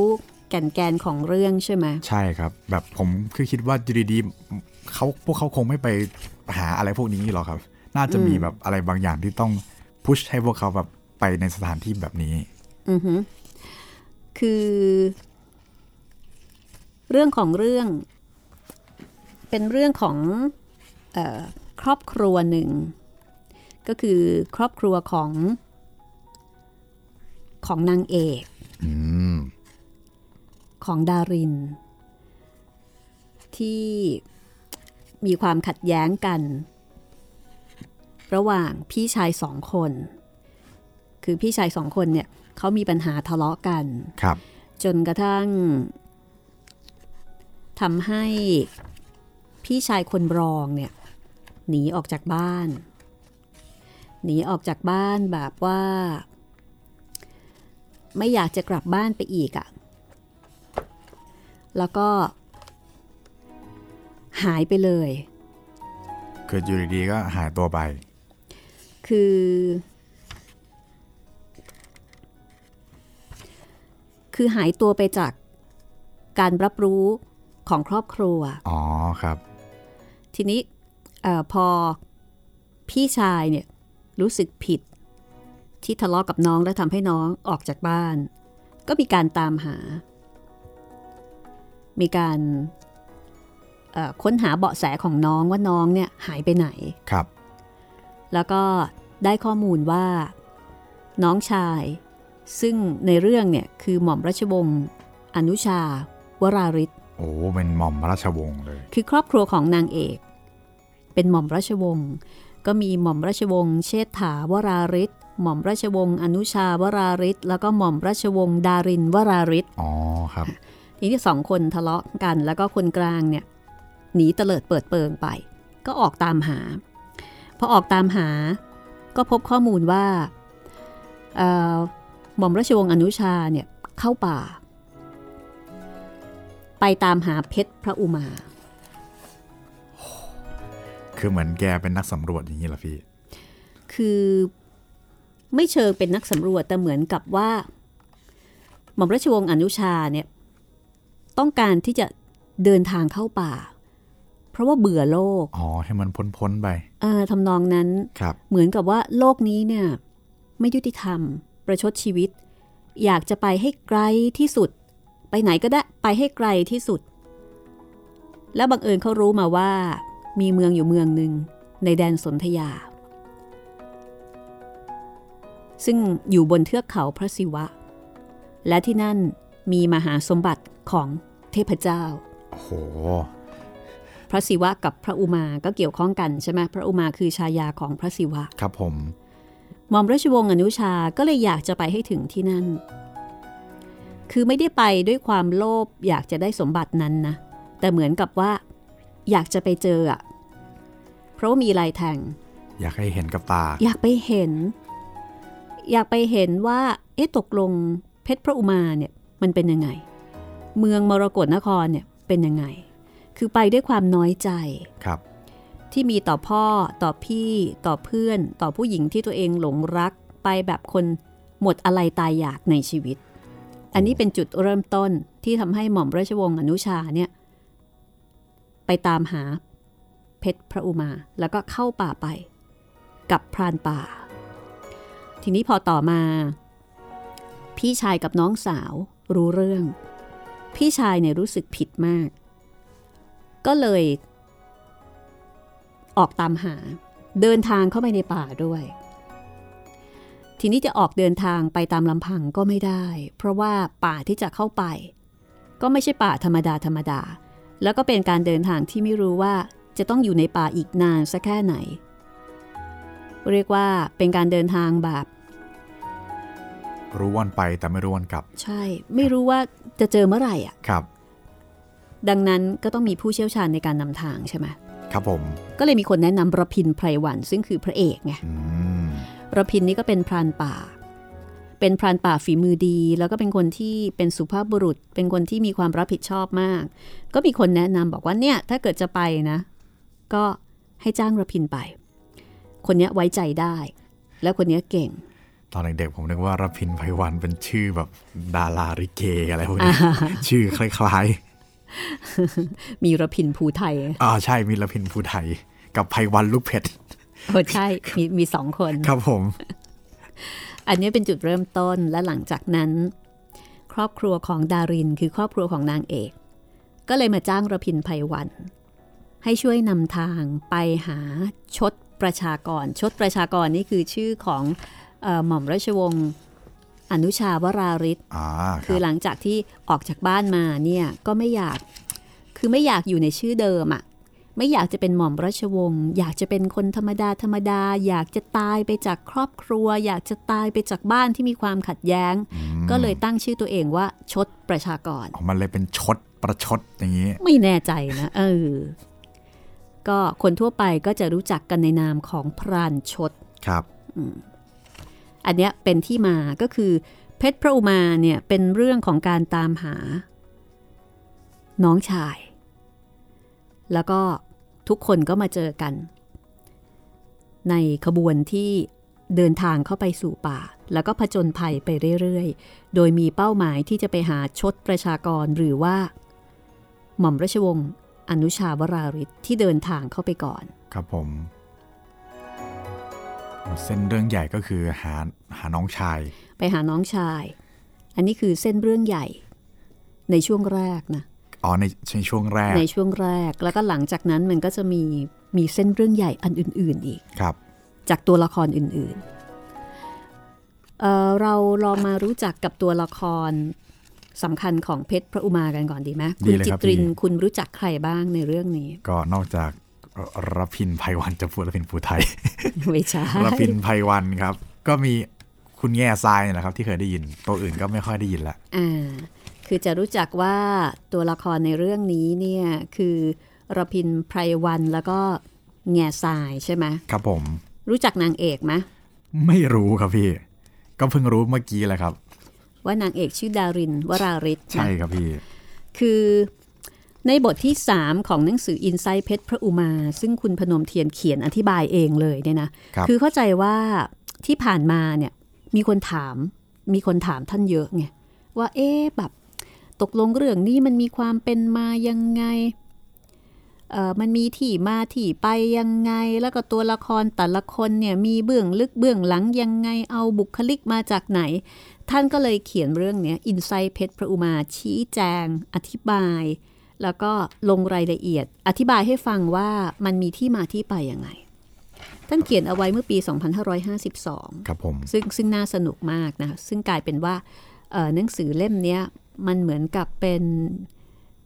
[SPEAKER 3] แก่นแกนของเรื่องใช่ไหม
[SPEAKER 4] ใช่ครับ แบบผมคือคิดว่าอยู่ดีๆเขาพวกเขาคงไม่ไปหาอะไรพวกนี้หรอกครับ น่าจะมีแบบอะไรบางอย่างที่ต้องพุชให้พวกเขาแบบไปในสถานที่แบบนี้
[SPEAKER 3] อือฮึคือ เรื่องของเรื่อง เป็นเรื่องของเออครอบครัวหนึ่ง ก็คือครอบครัวของของนางเอก
[SPEAKER 4] อืม
[SPEAKER 3] ของดาริน ที่มีความขัดแย้งกัน ระหว่างพี่ชายสองคน คือพี่ชายสองคนเนี่ยเขามีปัญหาทะเลาะกัน
[SPEAKER 4] ครับ
[SPEAKER 3] จนกระทั่งทำให้พี่ชายคนรองเนี่ยหนีออกจากบ้าน หนีออกจากบ้านแบบว่า ไม่อยากจะกลับบ้านไปอีกอะ่ะ แล้วก็ หายไปเลย
[SPEAKER 4] คืออยู่ดีๆก็หายตัวไป
[SPEAKER 3] คือ คือหายตัวไปจากการรับรู้ของครอบครัว
[SPEAKER 4] อ๋อครับ
[SPEAKER 3] ทีนี้เออพอพี่ชายเนี่ยรู้สึกผิด ที่ทะเลาะกับน้องและทำให้น้องออกจากบ้าน ก็มีการตามหา มีการเอ่อค้นหาเบาะแสของน้องว่าน้องเนี่ยหายไปไหน
[SPEAKER 4] ครับ
[SPEAKER 3] แล้วก็ได้ข้อมูลว่า น้องชาย ซึ่งในเรื่องเนี่ยคือหม่อมราชวงศ์อนุชาวราริศ
[SPEAKER 4] โอ้เป็นหม่อมพระราชวงศ์เลย
[SPEAKER 3] คือครอบครัวของนางเอก เป็นหม่อมราชวงศ์ก็มีหม่อมราชวงศ์เชษฐาวราริศหม่อมราชวงศ์อนุชาวราริศแล้วก็หม่อมราชวงศ์ดารินวราริศ
[SPEAKER 4] อ๋อครับ
[SPEAKER 3] ทีนี้สองคนทะเลาะกันแล้วก็คนกลางเนี่ยหนีเตลิดเปิดเปิงไป ก็ออกตามหา พอออกตามหาก็พบข้อมูลว่าเอ่อหม่อมราชวงศ์อนุชาเนี่ยเข้าป่า ไปตามหาเพชรพระอุมา
[SPEAKER 4] คือเหมือนแกเป็นนักสำรวจอย่างนี้เหรอพี่
[SPEAKER 3] คือไม่เชิงเป็นนักสำรวจแต่เหมือนกับว่า หม่อมราชวงศ์อนุชาเนี่ยต้องการที่จะเดินทางเข้าป่า เพราะว่าเบื่อโลก
[SPEAKER 4] อ๋อให้มันพ้นๆไป
[SPEAKER 3] เออทำนองนั้น
[SPEAKER 4] ครับ
[SPEAKER 3] เหมือนกับว่าโลกนี้เนี่ยไม่ยุติธรรม ประชดชีวิต อยากจะไปให้ไกลที่สุด ไปไหนก็ได้ไปให้ไกลที่สุด แล้วบังเอิญเขารู้มาว่า มีเมืองอยู่เมืองหนึ่งในแดนสนธยา ซึ่งอยู่บนเทือกเขาพระศิวะ และที่นั่นมีมหาสมบัติของเทพเจ้า
[SPEAKER 4] โอ้โห
[SPEAKER 3] พระศิวะกับพระอุมาก็เกี่ยวข้องกันใช่ไหมพระอุมาคือชายาของพระศิวะ
[SPEAKER 4] ครับผม
[SPEAKER 3] หม่อมราชวงศ์อนุชาก็เลยอยากจะไปให้ถึงที่นั่น คือไม่ได้ไปด้วยความโลภอยากจะได้สมบัตินั้นนะ แต่เหมือนกับว่า อยากจะไปเจออะเพราะว่ามีลายแทง
[SPEAKER 4] อยากให้เห็นกับตา
[SPEAKER 3] อยากไปเห็น อยากไปเห็นว่า เอ๊ะตกลงเพชรพระอุมาเนี่ยมันเป็นยังไง เมืองมรกรนครเนี่ยเป็นยังไง คือไปด้วยความน้อยใจ
[SPEAKER 4] ครับ
[SPEAKER 3] ที่มีต่อพ่อต่อพี่ต่อเพื่อน ต่อผู้หญิงที่ตัวเองหลงรักไปแบบคนหมดอะไรตายอยากในชีวิต อันนี้เป็นจุดเริ่มต้นที่ทำให้หม่อมราชวงศ์อนุชาเนี่ยไปตามหาเพชรพระอุมา แล้วก็เข้าป่าไป กับพรานป่า ทีนี้พอต่อมา พี่ชายกับน้องสาวรู้เรื่อง พี่ชายเนี่ยรู้สึกผิดมาก ก็เลย ออกตามหาเดินทางเข้าไปในป่าด้วย ทีนี้จะออกเดินทางไปตามลำพังก็ไม่ได้ เพราะว่าป่าที่จะเข้าไป ก็ไม่ใช่ป่าธรรมดาธรรมดา แล้วก็เป็นการเดินทางที่ไม่รู้ว่าจะต้องอยู่ในป่าอีกนานสักแค่ไหน เรียกว่าเป็นการเดินทางแบบ
[SPEAKER 4] รู้วันไปแต่ไม่รู้วันกลับ
[SPEAKER 3] ใช่ ไม่รู้ว่าจะเจอเมื่อไหร่อ่ะ
[SPEAKER 4] ครับ
[SPEAKER 3] ดังนั้นก็ต้องมีผู้เชี่ยวชาญในการนำทางใช่ไหม
[SPEAKER 4] ครับผม
[SPEAKER 3] ก็เลยมีคนแนะนำระพินไพรวันซึ่งคือพระเอกไง
[SPEAKER 4] อืม
[SPEAKER 3] ระพินนี่ก็เป็นพรานป่า เป็นพรานป่าฝีมือดี แล้วก็เป็นคนที่เป็นสุภาพบุรุษ เป็นคนที่มีความรับผิดชอบมาก ก็มีคนแนะนำบอกว่าเนี่ยถ้าเกิดจะไปนะ ก็ให้จ้างระพินไป คนเนี้ยไว้ใจได้ แล้วคนเนี้ยเก่ง
[SPEAKER 4] ตอนเด็กๆผมนึกว่ารพินไพวันเป็นชื่อแบบดาราริเกอะไรพวกนี้ ชื่อคล้าย
[SPEAKER 3] มีระพินภูไท ย
[SPEAKER 4] ๆ อ่าใช่มีรพินภูไทย กับไพวันลูกเพชร
[SPEAKER 3] โอ้ใช่ มีมีสองคน
[SPEAKER 4] ครับผม
[SPEAKER 3] อันนี้เป็นจุดเริ่มต้นและหลังจากนั้น ครอบครัวของดารินคือครอบครัวของนางเอก ก็เลยมาจ้างระพินไพวัน ให้ช่วยนำทางไปหาชดประชากร ชดประชากรนี่คือชื่อของเออหม่อมราชวงศ์อนุชาวราริศ
[SPEAKER 4] อ่าค
[SPEAKER 3] คือ
[SPEAKER 4] รับ
[SPEAKER 3] หลังจากที่ออกจากบ้านมาเนี่ยก็ไม่อยากคือไม่อยากอยู่ในชื่อเดิมอะ่ะไม่อยากจะเป็นหม่อมราชวงศ์อยากจะเป็นคนธรรมดาธรรมดา อยากจะตายไปจากครอบครัว อยากจะตายไปจากบ้านที่มีความขัดแย้ง ก็เลยตั้งชื่อตัวเองว่าชดประชากร
[SPEAKER 4] อ๋อมันเลยเป็นชดประชดอย่างนี้
[SPEAKER 3] ไม่แน่ใจนะเออก็คนทั่วไปก็จะรู้จักกันในนามของพรานชด
[SPEAKER 4] ครับ
[SPEAKER 3] อันเนี้ยเป็นที่มาก็คือ เพชรพระอุมาเนี่ยเป็นเรื่องของการตามหา น้องชาย แล้วก็ทุกคนก็มาเจอกัน ในขบวนที่เดินทางเข้าไปสู่ป่า แล้วก็ผจญภัยไปเรื่อยๆ โดยมีเป้าหมายที่จะไปหาชดประชากรหรือว่า หม่อมราชวงศ์อนุชาวราริศที่เดินทางเข้าไปก่อน
[SPEAKER 4] ครับผม เส้นเรื่องใหญ่ก็คือหาหาน้องชาย
[SPEAKER 3] ไปหาน้องชาย อันนี้คือเส้นเรื่องใหญ่ ในช่วงแรกนะ
[SPEAKER 4] อ๋อในในช่วงแรก
[SPEAKER 3] ในช่วงแรก แล้วก็หลังจากนั้นมันก็จะมีมีเส้นเรื่องใหญ่อันอื่น ๆ อีก
[SPEAKER 4] ครับ
[SPEAKER 3] จากตัวละครอื่นๆเอ่อเราลองมารู้จักกับตัวละครสำคัญของเพชรพระอุมากันก่อนดีไหม
[SPEAKER 4] ดี
[SPEAKER 3] คุณ
[SPEAKER 4] เลย
[SPEAKER 3] จิ
[SPEAKER 4] ครับ
[SPEAKER 3] ตริน
[SPEAKER 4] พี่
[SPEAKER 3] คุณรู้จักใครบ้างในเรื่องนี้
[SPEAKER 4] ก็นอกจากรรพินไพวันจะพูดรพินภูไทย
[SPEAKER 3] ไม่ใช่
[SPEAKER 4] รพินไพวันครับ ก็มีคุณแง่ทรายนะครับ ที่เคยได้ยิน ตัวอื่นก็ไม่ค่อยได้ยินละ
[SPEAKER 3] อ่าคือจะรู้จักว่าตัวละครในเรื่องนี้เนี่ยคือระพินไพรวันแล้วก็แง่ทรายใช่ไหม
[SPEAKER 4] ครับผม
[SPEAKER 3] รู้จักนางเอกไหม
[SPEAKER 4] ไม่รู้ครับพี่ ก็เพิ่งรู้เมื่อกี้แหละครับ
[SPEAKER 3] ว่านางเอกชื่อดารินวราริศนะ
[SPEAKER 4] ใช่ครับพี่
[SPEAKER 3] คือในบทที่ 3 ของหนังสืออินไซ h ์เพชรพระอุมา ซึ่งคุณพนมเทียนเขียนอธิบายเองเลยเนี่ยนะครับ อเข้าใจว่าที่ผ่านมาเนี่ยมีคนถามมีคนถามท่านเยอะไง ว่าเอ๊ะแบบตกลงเรื่องนี้มันมีความเป็นมายังไงเออมันมีที่มาที่ไปยังไง แล้วก็ตัวละครแต่ละคนเนี่ยมีเบื้องลึกเบื้องหลังยังไงเอาบุคลิกมาจากไหน ท่านก็เลยเขียนเรื่องเนี้อินไซ h ์เพชรพระอุมาชี้แจง อธิบาย แล้วก็ลงรายละเอียด อธิบายให้ฟังว่ามันมีที่มาที่ไปยังไง ท่านเขียนเอาไว้เมื่อปี 2552
[SPEAKER 4] ครับผม
[SPEAKER 3] ซึ่งซึ่งน่าสนุกมากนะซึ่งกลายเป็นว่าเอ่อหนังสือเล่มเนี้ยมันเหมือนกับเป็น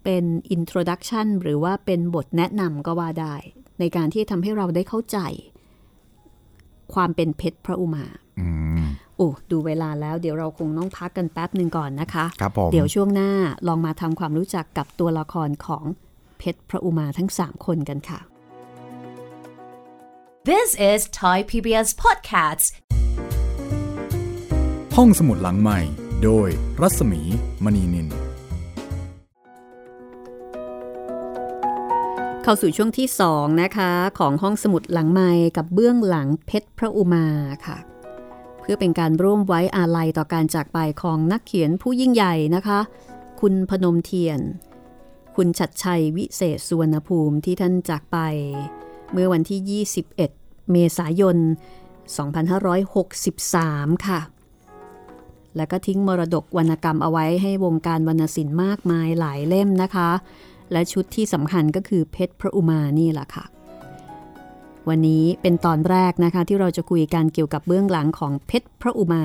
[SPEAKER 3] เป็นอินโทรดักชันหรือว่าเป็นบทแนะนำก็ว่าได้ ในการที่ทำให้เราได้เข้าใจ ความเป็นเพชรพระอุมา
[SPEAKER 4] อืม
[SPEAKER 3] โอ้ดูเวลาแล้วเดี๋ยวเราคงต้องพักกันแป๊บหนึ่งก่อนนะคะ
[SPEAKER 4] ครับผม
[SPEAKER 3] เดี๋ยวช่วงหน้าลองมาทำความรู้จักกับตัวละครของเพชรพระอุมาทั้ง 3 คนกันค่ะ
[SPEAKER 1] This is Thai PBS Podcasts.
[SPEAKER 2] ห้องสมุดหลังใหม่ โดยรัศมีมณีนิน
[SPEAKER 3] เข้าสู่ช่วงที่ 2 นะคะ ของห้องสมุดหลังไม้กับเบื้องหลังเพชรพระอุมาค่ะ เพื่อเป็นการร่วมไว้อาลัยต่อการจากไปของนักเขียนผู้ยิ่งใหญ่นะคะ คุณพนมเทียน คุณชัดชัยวิเศษสุวรรณภูมิที่ท่านจากไป เมื่อวันที่ 21 เมษายน 2563 ค่ะ แล้วก็ทิ้งมรดกวรรณกรรมเอาไว้ให้วงการวรรณศิลป์มากมายหลายเล่มนะคะ และชุดที่สำคัญก็คือเพชรพระอุมานี่แหละค่ะ วันนี้เป็นตอนแรกนะคะที่เราจะคุยกันเกี่ยวกับเบื้องหลังของเพชรพระอุมา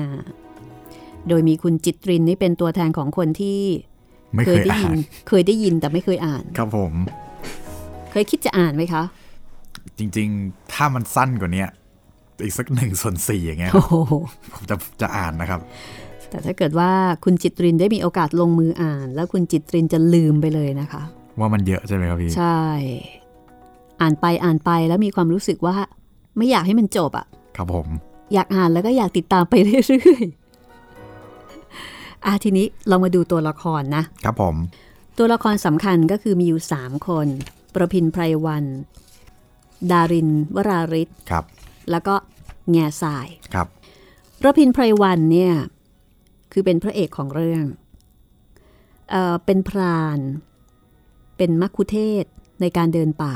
[SPEAKER 3] โดยมีคุณจิตรินนี่เป็นตัวแทนของคนที่
[SPEAKER 4] ไม่เคย
[SPEAKER 3] ได้
[SPEAKER 4] อ่า
[SPEAKER 3] ยิ
[SPEAKER 4] น
[SPEAKER 3] เคยได้ยินแต่ไม่เคยอ่าน
[SPEAKER 4] ครับผม
[SPEAKER 3] เคยคิดจะอ่านไหม คะ
[SPEAKER 4] จริงๆ ถ้ามันสั้นกว่าเนี้ยอีกสักหนึ่งส่วนสี่อย่างเงี้ย
[SPEAKER 3] โอ้โห
[SPEAKER 4] ผมจะจะอ่านนะครับ
[SPEAKER 3] แต่ถ้าเกิดว่าคุณจิตรินได้มีโอกาสลงมืออ่าน แล้วคุณจิตรินจะลืมไปเลยนะคะ
[SPEAKER 4] ว่ามันเยอะใช่ไหมครับพี่
[SPEAKER 3] ใช่ อ่านไปอ่านไปแล้วมีความรู้สึกว่า ไม่อยากให้มันจบอะ
[SPEAKER 4] ครับผม
[SPEAKER 3] อยากอ่านแล้วก็อยากติดตามไปเรื่อย อ่ะทีนี้เรามาดูตัวละครนะ
[SPEAKER 4] ครับผม
[SPEAKER 3] ตัวละครสำคัญก็คือมีอยู่ 3 คน ประพินไพรวัน ดาริน วราริศ
[SPEAKER 4] ครับ
[SPEAKER 3] แล้วก็แง่สาย
[SPEAKER 4] ครับ
[SPEAKER 3] ระพินไพรวันเนี่ยคือเป็นพระเอกของเรื่องเออเป็นพราน เป็นมักคุเทศก์ในการเดินป่า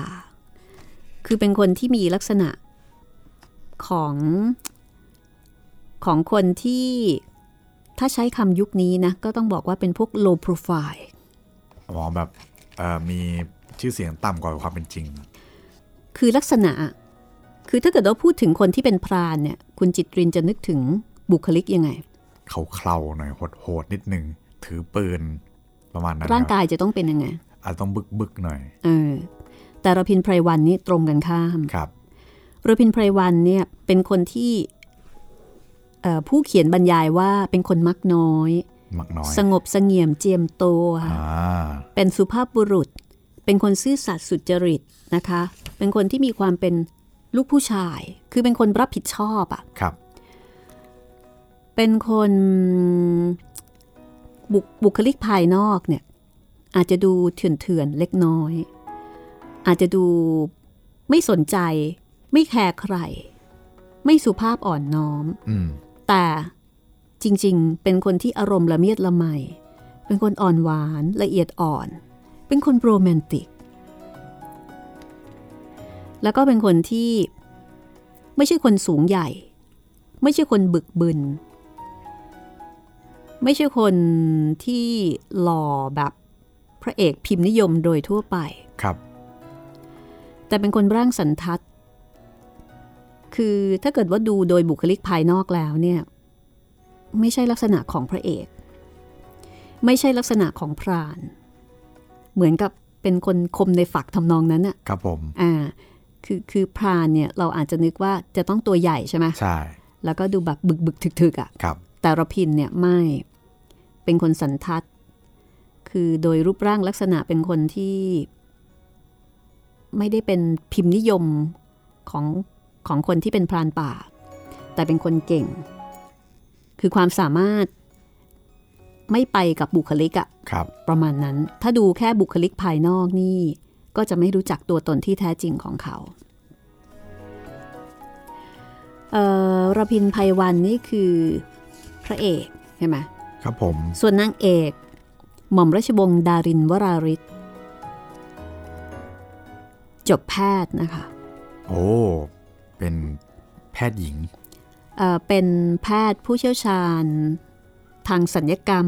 [SPEAKER 3] คือเป็นคนที่มีลักษณะของของคนที่ถ้าใช้คำยุคนี้นะ ก็ต้องบอกว่าเป็นพวก low profile
[SPEAKER 4] หมอแบบเอ่อมีชื่อเสียงต่ำกว่าความเป็นจริง
[SPEAKER 3] คือลักษณะ คือถ้าเกิดเราพูดถึงคนที่เป็นพรานเนี่ย คุณจิตรินจะนึกถึงบุคลิกยังไง
[SPEAKER 4] เขาเคลาๆหน่อยโหดๆนิดนึง ถือปืนประมาณนั้นคบ
[SPEAKER 3] ร่างกายจะต้องเป็นยังไง
[SPEAKER 4] อาจต้องบึกๆหน่อย
[SPEAKER 3] เออแต่ระพินไพรวันนี่ตรงกันข้าม
[SPEAKER 4] ครับ
[SPEAKER 3] ระพินไพรวันเนี่ยเป็นคนที่เอ่อผู้เขียนบรรยายว่าเป็นคนมักน้อย
[SPEAKER 4] มักน้อย
[SPEAKER 3] สงบเสงี่ยมเจียมตัว
[SPEAKER 4] อ่า
[SPEAKER 3] เป็นสุภาพบุรุษ เป็นคนซื่อสัตย์สุจริตนะคะ เป็นคนที่มีความเป็นลูกผู้ชาย คือเป็นคนรับผิดชอบอะ่ะ
[SPEAKER 4] ครับ
[SPEAKER 3] เป็นคนบุคบุคลิกภายนอกเนี่ยอาจจะดูเถื่อนๆเล็กน้อย อาจจะดูไม่สนใจ ไม่แคร์ใคร ไม่สุภาพอ่อนน้อม
[SPEAKER 4] อืม
[SPEAKER 3] แต่จริงๆ เป็นคนที่อารมณ์ละเมียดละไม เป็นคนอ่อนหวานละเอียดอ่อน เป็นคนโรแมนติก แล้วก็เป็นคนที่ไม่ใช่คนสูงใหญ่ ไม่ใช่คนบึกบึน ไม่ใช่คนที่หล่อแบบพระเอกพิมพ์นิยมโดยทั่วไป
[SPEAKER 4] ครับ
[SPEAKER 3] แต่เป็นคนร่างสันทัด คือถ้าเกิดว่าดูโดยบุคลิกภายนอกแล้วเนี่ย ไม่ใช่ลักษณะของพระเอก ไม่ใช่ลักษณะของพราน เหมือนกับเป็นคนคมในฝักทำนองนั้นอะ
[SPEAKER 4] ครับผม
[SPEAKER 3] อ่า คือคือพรานเนี่ยเราอาจจะนึกว่าจะต้องตัวใหญ่ใช่ไหม
[SPEAKER 4] ใช่
[SPEAKER 3] แล้วก็ดูแบบบึกบึกถึกถึกๆอะ
[SPEAKER 4] ครับ
[SPEAKER 3] แต่ระพินเนี่ยไม่เป็นคนสันทัด คือโดยรูปร่างลักษณะเป็นคนที่ ไม่ได้เป็นพิมพ์นิยมของของคนที่เป็นพรานป่า แต่เป็นคนเก่ง คือความสามารถไม่ไปกับบุคลิกอะ
[SPEAKER 4] ครับ
[SPEAKER 3] ประมาณนั้น ถ้าดูแค่บุคลิกภายนอกนี่ ก็จะไม่รู้จักตัวตนที่แท้จริงของเขาเอ่อระพินภัยวันนี่คือพระเอกใช่ไหม
[SPEAKER 4] ครับผม
[SPEAKER 3] ส่วนนางเอกหม่อมราชวงศ์ดารินวราริศจบแพทย์นะคะ
[SPEAKER 4] โอ้เป็นแพทย์หญิง
[SPEAKER 3] เอ่อเป็นแพทย์ผู้เชี่ยวชาญ ทางสัญญกรรม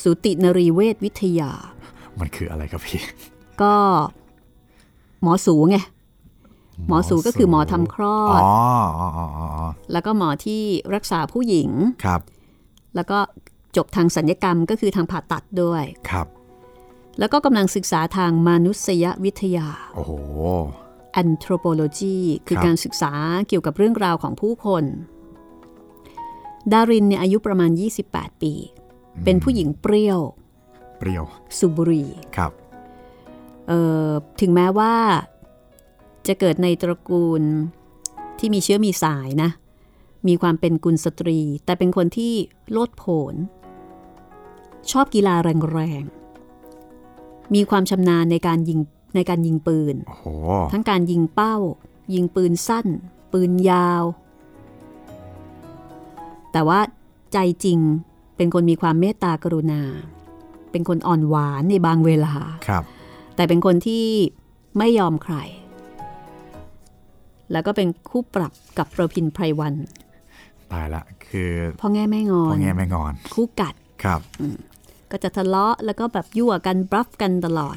[SPEAKER 3] สูตินรีเวชวิทยา
[SPEAKER 4] มันคืออะไรครับพี่
[SPEAKER 3] ก็หมอสูไง หมอสูก็คือหมอทำคลอด
[SPEAKER 4] อ๋ออ๋ออ๋ออ๋อ
[SPEAKER 3] แล้วก็หมอที่รักษาผู้หญิง
[SPEAKER 4] ครับ
[SPEAKER 3] แล้วก็จบทางสัญญกรรมก็คือทางผ่าตัดด้วย
[SPEAKER 4] ครับ
[SPEAKER 3] แล้วก็กำลังศึกษาทางมนุษยวิทยา
[SPEAKER 4] โอ้โห
[SPEAKER 3] anthropology คือ
[SPEAKER 4] ครับ
[SPEAKER 3] การศึกษาเกี่ยวกับเรื่องราวของผู้คน ดารินเนี่ยอายุประมาณ 28 ปี เป็นผู้หญิงเปรี้ยว
[SPEAKER 4] เปรี้ยว
[SPEAKER 3] สุบุหรี
[SPEAKER 4] ครับ
[SPEAKER 3] เอ่อถึงแม้ว่าจะเกิดในตระกูลที่มีเชื้อมีสายนะ มีความเป็นกุลสตรี แต่เป็นคนที่โลดโผน ชอบกีฬาแรงๆ มีความชำนาญในการยิงในการยิงปืน
[SPEAKER 4] โอ้โห
[SPEAKER 3] ทั้งการยิงเป้า ยิงปืนสั้น ปืนยาว แต่ว่าใจจริงเป็นคนมีความเมตตากรุณา เป็นคนอ่อนหวานในบางเวลา
[SPEAKER 4] ครับ
[SPEAKER 3] แต่เป็นคนที่ไม่ยอมใคร แล้วก็เป็นคู่ปรับกับประพินไพรวัน
[SPEAKER 4] ตายละ คือ
[SPEAKER 3] พ่อแง่แม่งอ
[SPEAKER 4] พ่อน แง่แม่งอน
[SPEAKER 3] คู่กัด
[SPEAKER 4] ครับ
[SPEAKER 3] ก็จะทะเลาะแล้วก็แบบยั่วกันบลัฟกันตลอด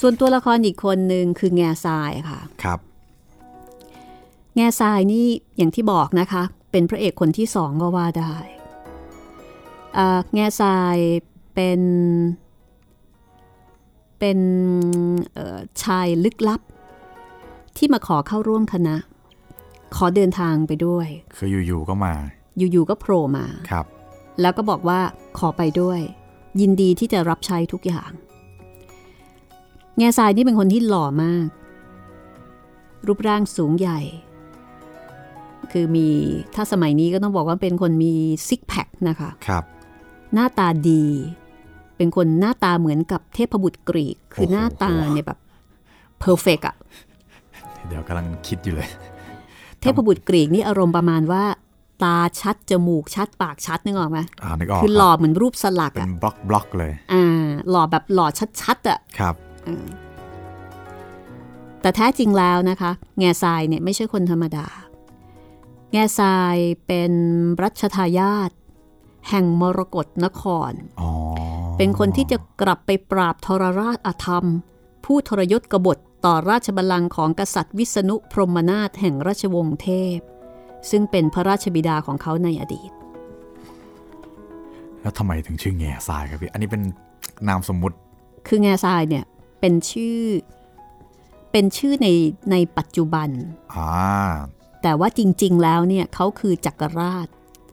[SPEAKER 3] ส่วนตัวละครอีกคนหนึ่งคือแง่ทรายค่ะ
[SPEAKER 4] ครับ
[SPEAKER 3] แง่ทรายนี่อย่างที่บอกนะคะ เป็นพระเอกคนที่สองก็ว่าได้อ่าแง่ทรายเป็นเป็นเอ่อชายลึกลับ ที่มาขอเข้าร่วมคณะ ขอเดินทางไปด้วย
[SPEAKER 4] คืออยู่ๆ ก็มา
[SPEAKER 3] อยู่ๆก็โผล่มา
[SPEAKER 4] ครับ
[SPEAKER 3] แล้วก็บอกว่าขอไปด้วย ยินดีที่จะรับใช้ทุกอย่าง แง่ทรายนี่เป็นคนที่หล่อมาก รูปร่างสูงใหญ่ คือมีถ้าสมัยนี้ก็ต้องบอกว่าเป็นคนมีซิกแพคนะคะ
[SPEAKER 4] ครับ
[SPEAKER 3] หน้าตาดี เป็นคนหน้าตาเหมือนกับเทพบุตรกรีก คือ
[SPEAKER 4] โอ้โห
[SPEAKER 3] หน้าตาเนี่ยแบบเพอร์เฟกอะ
[SPEAKER 4] เดี๋ยวกำลังคิดอยู่เลย
[SPEAKER 3] เทพบุตรกรีกนี่อารมณ์ประมาณว่า ตาชัด จมูกชัด ปากชัดนึกออกไหม
[SPEAKER 4] อ่านึกออก
[SPEAKER 3] คือหล่อเหมือนรูปสลัก
[SPEAKER 4] เป็น
[SPEAKER 3] อะ
[SPEAKER 4] บล็อกบล็อกๆเลย
[SPEAKER 3] อ่า หล่อแบบหล่อชัดๆอะ
[SPEAKER 4] ครับ
[SPEAKER 3] แต่แท้จริงแล้วนะคะ แง่ทรายเนี่ยไม่ใช่คนธรรมดา แง่ทรายเป็นรัชทายาทแห่งมรกรนคร
[SPEAKER 4] อ๋อ
[SPEAKER 3] เป็นคนที่จะกลับไปปราบทรราชอาธรรม ผู้ทรยศกบฏต่อราชบัลลังก์ของกษัตริย์วิษณุพรหมนาถแห่งราชวงศ์เทพ ซึ่งเป็นพระราชบิดาของเขาในอดีต
[SPEAKER 4] แล้วทำไมถึงชื่อแง่ทรายครับพี่ อันนี้เป็นนามสมมุติ
[SPEAKER 3] คือแง่ทรายเนี่ยเป็นชื่อ เป็นชื่อในในปัจจุบัน
[SPEAKER 4] อ่า
[SPEAKER 3] แต่ว่าจริง ๆ แล้วเนี่ยเขาคือจักรราช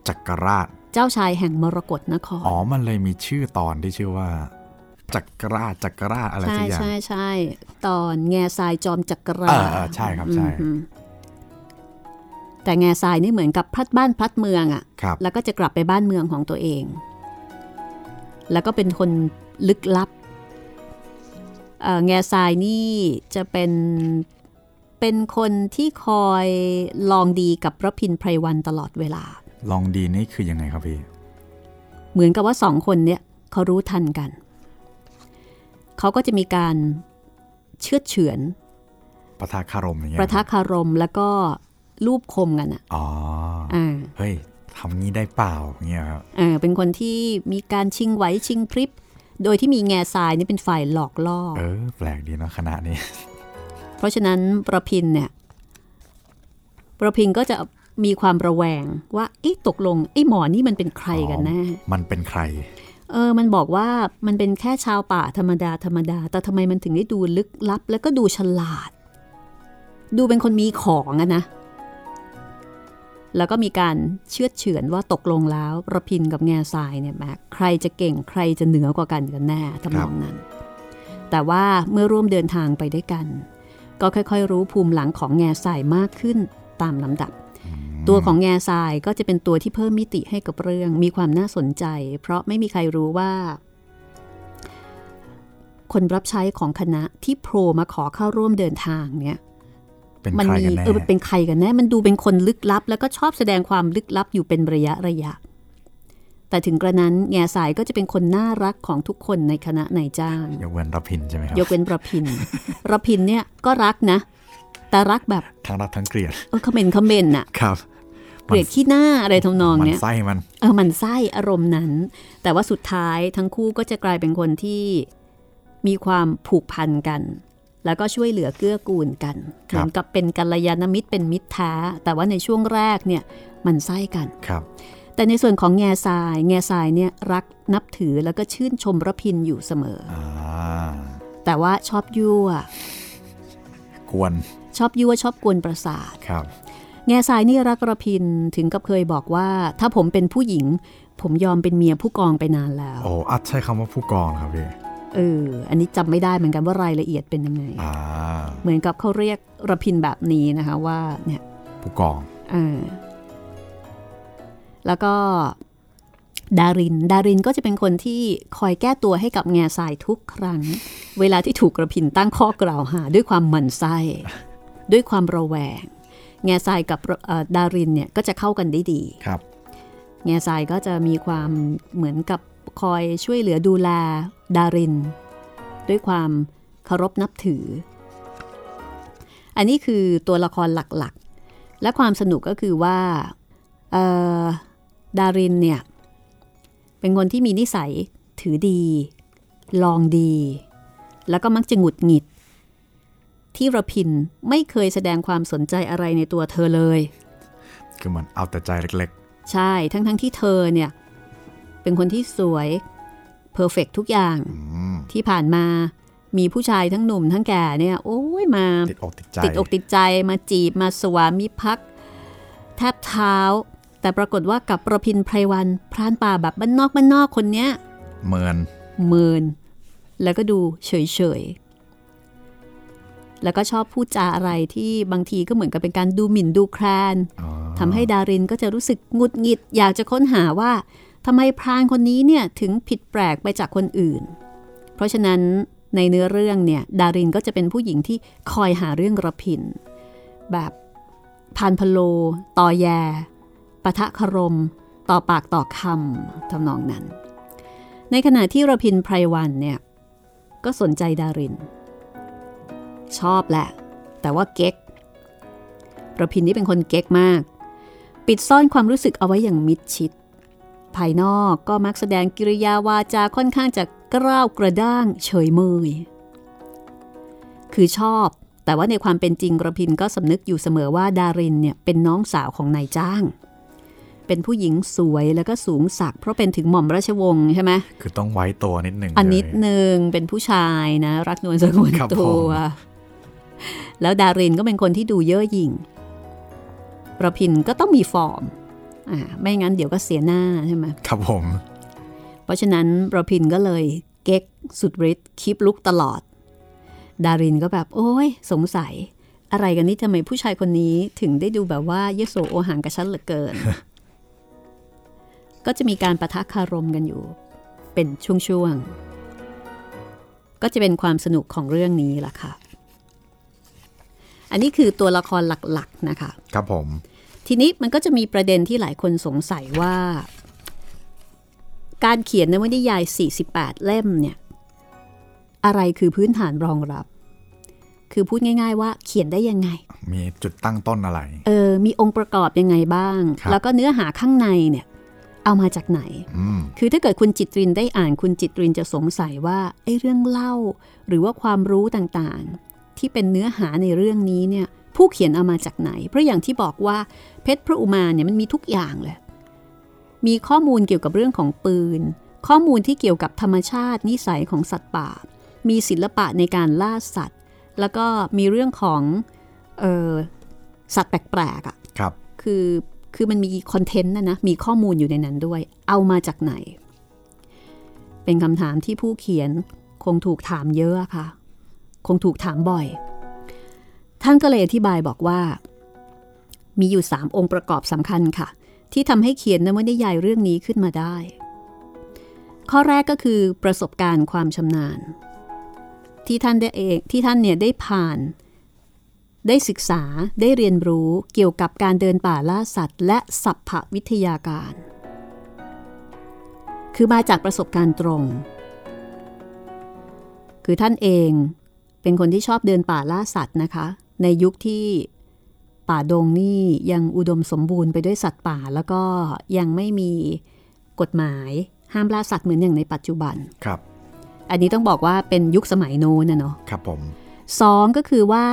[SPEAKER 4] จักรราช
[SPEAKER 3] เจ้าชายแห่งมรกรนคร
[SPEAKER 4] อ๋อ มันเลยมีชื่อตอนที่ชื่อว่า จักรราชจักรราชอะไร
[SPEAKER 3] ใช่
[SPEAKER 4] สักอย่าง
[SPEAKER 3] ใช่ใช่ตอนแง่ทรายจอมจักรรา
[SPEAKER 4] เออเออใช่ครับใช่
[SPEAKER 3] อืมแต่แง่ทรายนี่เหมือนกับพลัดบ้านพลัดเมืองอะ่ะ
[SPEAKER 4] ครับ
[SPEAKER 3] แล้วก็จะกลับไปบ้านเมืองของตัวเอง แล้วก็เป็นคนลึกลับเอ่อแง่ทรายนี่จะเป็นเป็นคนที่คอยลองดีกับพระพินไพรวันตลอดเวลา
[SPEAKER 4] ลองดีนี่คือยังไงครับพี่
[SPEAKER 3] เหมือนกับว่าสองคนเนี่ยเขารู้ทันกัน เขาก็จะมีการเชื่อดเฉือน
[SPEAKER 4] ประทาคารมอย่างเงี้ย
[SPEAKER 3] ประทะคารมแล้วก็รูปคมกันอะ
[SPEAKER 4] อ๋อ
[SPEAKER 3] อ่า
[SPEAKER 4] เฮ้ยทำงี้ได้เปล่าอย่างเงี้ยครับ
[SPEAKER 3] อ่าเป็นคนที่มีการชิงไหวชิงพริบ โดยที่มีแง่ทรายนี่เป็นฝ่ายหลอกล่อ
[SPEAKER 4] เออ แปลกดีเนาะคณะนี้
[SPEAKER 3] เพราะฉะนั้นประพินเนี่ยประพินก็จะมีความระแวงว่าเอ๊ะตกลงไอ้หมอนี่มันเป็นใครกันแน่
[SPEAKER 4] มันเป็นใคร
[SPEAKER 3] เออ มันบอกว่ามันเป็นแค่ชาวป่าธรรมดาธรรมดา แต่ทำไมมันถึงได้ดูลึกลับ แล้วก็ดูฉลาด ดูเป็นคนมีของอะนะ แล้วก็มีการเชื่อดเฉือนว่าตกลงแล้วระพินกับแง่ทรายเนี่ยแหมใครจะเก่งใครจะเหนือกว่ากันกันแน่ทำนองนั้น แต่ว่าเมื่อร่วมเดินทางไปด้วยกัน ก็ค่อยๆ รู้ภูมิหลังของแง่ทรายมากขึ้นตามลำดับ ตัวของแง่ทรายก็จะเป็นตัวที่เพิ่มมิติให้กับเรื่องมีความน่าสนใจ เพราะไม่มีใครรู้ว่า คนรับใช้ของคณะที่โผล่มาขอเข้าร่วมเดินทางเนี่ย
[SPEAKER 4] เป็น
[SPEAKER 3] มั
[SPEAKER 4] ใครกั
[SPEAKER 3] มี
[SPEAKER 4] นแน่
[SPEAKER 3] เออมันเป็นใครกันแน่ มันดูเป็นคนลึกลับ แล้วก็ชอบแสดงความลึกลับอยู่เป็นระยะระยะ แต่ถึงกระนั้นแง่สายก็จะเป็นคนน่ารักของทุกคนในคณะนายจ้าง
[SPEAKER 4] ยกเว้นระพินใช่ไหมครับ
[SPEAKER 3] ยกเว้นประพิน ประพินเนี่ยก็รักนะ แต่รักแบบ
[SPEAKER 4] ทั้งรักทั้งเกลียด
[SPEAKER 3] เออคอมเมนต์คอมเมนต์น่ะ
[SPEAKER 4] ครับ
[SPEAKER 3] เกลียดขี้หน้าอะไรทำนอง
[SPEAKER 4] มั
[SPEAKER 3] เนี้ย
[SPEAKER 4] ไส้มัน
[SPEAKER 3] เออหมันไส้อารมณ์นั้น แต่ว่าสุดท้ายทั้งคู่ก็จะกลายเป็นคนที่มีความผูกพันกัน แล้วก็ช่วยเหลือเกื้อกูลกัน
[SPEAKER 4] ค
[SPEAKER 3] เห
[SPEAKER 4] รับ
[SPEAKER 3] มือนกับเป็นกัลยาณมิตรเป็นมิตรแท้แต่ว่าในช่วงแรกเนี่ยหมันไส้กัน
[SPEAKER 4] ครับ
[SPEAKER 3] แต่ในส่วนของแง่ทราย แง่ทรายเนี่ยรักนับถือแล้วก็ชื่นชมระพินอยู่เสมอ
[SPEAKER 4] อ่า
[SPEAKER 3] แต่ว่าชอบยั่ว
[SPEAKER 4] กวน
[SPEAKER 3] ชอบยั่วชอบกวนประสาท
[SPEAKER 4] ครับ
[SPEAKER 3] แง่ทรายนี่รักระพินถึงกับเคยบอกว่า ถ้าผมเป็นผู้หญิง ผมยอมเป็นเมียผู้กองไปนานแล้ว
[SPEAKER 4] โอ้อัดใช้คำว่าผู้กองเหรอครับพี่
[SPEAKER 3] เออ อันนี้จำไม่ได้เหมือนกันว่ารายละเอียดเป็นยังไง
[SPEAKER 4] อ่า
[SPEAKER 3] เหมือนกับเขาเรียกระพินแบบนี้นะคะว่าเนี่ย
[SPEAKER 4] ผู้กอง
[SPEAKER 3] เออแล้วก็ดาริน ดารินก็จะเป็นคนที่คอยแก้ตัวให้กับแง่ทรายทุกครั้ง เวลาที่ถูกกระพินตั้งข้อกล่าวหา ด้วยความหมั่นไส้ ด้วยความระแวง แง่ทรายกับเอ่อดารินเนี่ยก็จะเข้ากันได้ดี
[SPEAKER 4] ครับ
[SPEAKER 3] แง่ทรายก็จะมีความเหมือนกับคอยช่วยเหลือดูแลดาริน ด้วยความเคารพนับถือ อันนี้คือตัวละครหลักๆ และความสนุกก็คือว่าเอ่อดารินเนี่ย เป็นคนที่มีนิสัยถือดี ลองดี แล้วก็มักจะหงุดหงิด ที่ระพินไม่เคยแสดงความสนใจอะไรในตัวเธอเลย
[SPEAKER 4] คือมันเอาแต่ใจเล็ก
[SPEAKER 3] ใช่ ทั้งๆทที่เธอเนี่ย เป็นคนที่สวยเพอร์เฟกทุกอย่าง
[SPEAKER 4] ๆ อืม
[SPEAKER 3] ที่ผ่านมามีผู้ชายทั้งหนุ่มทั้งแก่เนี่ย โอ้ยมา
[SPEAKER 4] ติดอกติดใจ
[SPEAKER 3] ดอกติดใจมาจีบมาสวามิภักดิ์แทบเท้า แต่ปรากฏว่ากับประพินไพรวัน พรานป่าแบบบ้านนอกบ้านนอกคนเนี้ย
[SPEAKER 4] เมิน
[SPEAKER 3] เมิน แล้วก็ดูเฉยๆ แล้วก็ชอบพูดจาอะไรที่บางทีก็เหมือนกับเป็นการดูหมิ่นดูแคลน
[SPEAKER 4] อ๋อ
[SPEAKER 3] ทำให้ดารินก็จะรู้สึกหงุดหงิด อยากจะค้นหาว่าทำไมพรานคนนี้เนี่ยถึงผิดแปลกไปจากคนอื่น เพราะฉะนั้นในเนื้อเรื่องเนี่ยดารินก็จะเป็นผู้หญิงที่คอยหาเรื่องระพิน แบบพานพะโลตอแยปะทะคารม ต่อปากต่อคำทำนองนั้น ในขณะที่ระพินไพรวันเนี่ยก็สนใจดาริน ชอบแหละ แต่ว่าเก๊ก ประพินนี่เป็นคนเก๊กมาก ปิดซ่อนความรู้สึกเอาไว้อย่างมิดชิด ภายนอกก็มักแสดงกิริยาวาจาค่อนข้างจะกร้าวกระด้างเฉยเมย คือชอบ แต่ว่าในความเป็นจริงกระพินก็สำนึกอยู่เสมอว่าดารินเนี่ยเป็นน้องสาวของนายจ้าง เป็นผู้หญิงสวยแล้วก็สูงสักดิ์เพราะเป็นถึงหม่อมราชวงศ์ใช่ไหม
[SPEAKER 4] คือต้องไว้ตัวนิดหนึ่ง
[SPEAKER 3] อันนิด
[SPEAKER 4] เลย
[SPEAKER 3] นึงเป็นผู้ชายนะ รักนวลสงวน
[SPEAKER 4] ครับ
[SPEAKER 3] ตั
[SPEAKER 4] ผ
[SPEAKER 3] ว
[SPEAKER 4] ม
[SPEAKER 3] แล้วดารินก็เป็นคนที่ดูเย่อหยิ่งประพินก็ต้องมีฟอร์มอ่าไม่งั้นเดี๋ยวก็เสียหน้าใช่ไหม
[SPEAKER 4] ครับผม
[SPEAKER 3] เพราะฉะนั้นประพินก็เลยเก๊กสุดฤทธิ์คีปลุกตลอด ดารินก็แบบ โอ้ยสงสัย อะไรกันนี่ทำไมผู้ชายคนนี้ถึงได้ดูแบบว่าเยโสโอหังกับฉันเหลือเกิน ก็จะมีการประทะคารมกันอยู่ เป็นช่วงๆ ก็จะเป็นความสนุกของเรื่องนี้ล่ะค่ะ อันนี้คือตัวละครหลักๆนะคะ
[SPEAKER 4] ครับผม
[SPEAKER 3] ทีนี้มันก็จะมีประเด็นที่หลายคนสงสัยว่า การเขียนนวนิยาย 48 เล่มเนี่ย อะไรคือพื้นฐานรองรับ คือพูดง่าย ๆ ว่าเขียนได้ยังไง
[SPEAKER 4] มีจุดตั้งต้นอะไร
[SPEAKER 3] เออ มีองค์ประกอบยังไงบ้าง
[SPEAKER 4] ครับ
[SPEAKER 3] แล้วก็เนื้อหาข้างในเนี่ย เอามาจากไหน
[SPEAKER 4] อืม
[SPEAKER 3] คือถ้าเกิดคุณจิตรินได้อ่านคุณจิตรินจะสงสัยว่าไอ้เรื่องเล่า หรือว่าความรู้ต่างๆ ที่เป็นเนื้อหาในเรื่องนี้เนี่ยผู้เขียนเอามาจากไหน เพราะอย่างที่บอกว่าเพชรพระอุมาเนี่ยมันมีทุกอย่างเลย มีข้อมูลเกี่ยวกับเรื่องของปืน ข้อมูลที่เกี่ยวกับธรรมชาตินิสัยของสัตว์ป่า มีศิลปะในการล่าสัตว์ แล้วก็มีเรื่องของเออสัตว์แปลกๆอ่ะ
[SPEAKER 4] ครับ
[SPEAKER 3] คือคือมันมีคอนเทนต์นะนะ มีข้อมูลอยู่ในนั้นด้วย เอามาจากไหน เป็นคำถามที่ผู้เขียนคงถูกถามเยอะอะค่ะ คงถูกถามบ่อย ท่านก็เลยอธิบายบอกว่า มีอยู่ 3 องค์ประกอบสำคัญค่ะ ที่ทำให้เขียนนวนิยายเรื่องนี้ขึ้นมาได้ ข้อแรกก็คือประสบการณ์ความชำนาญ ที่ท่านได้เองที่ท่านเนี่ยได้ผ่าน ได้ศึกษาได้เรียนรู้เกี่ยวกับการเดินป่าล่าสัตว์ และสัพพวิทยาการ คือมาจากประสบการณ์ตรง คือท่านเองเป็นคนที่ชอบเดินป่าล่าสัตว์นะคะ ในยุคที่ป่าดงนี่ยังอุดมสมบูรณ์ไปด้วยสัตว์ป่า แล้วก็ยังไม่มีกฎหมายห้ามล่าสัตว์เหมือนอย่างในปัจจุบัน
[SPEAKER 4] ครับ
[SPEAKER 3] อันนี้ต้องบอกว่าเป็นยุคสมัยโน้นนะเนาะ
[SPEAKER 4] ครับผม
[SPEAKER 3] สองก็คือว่า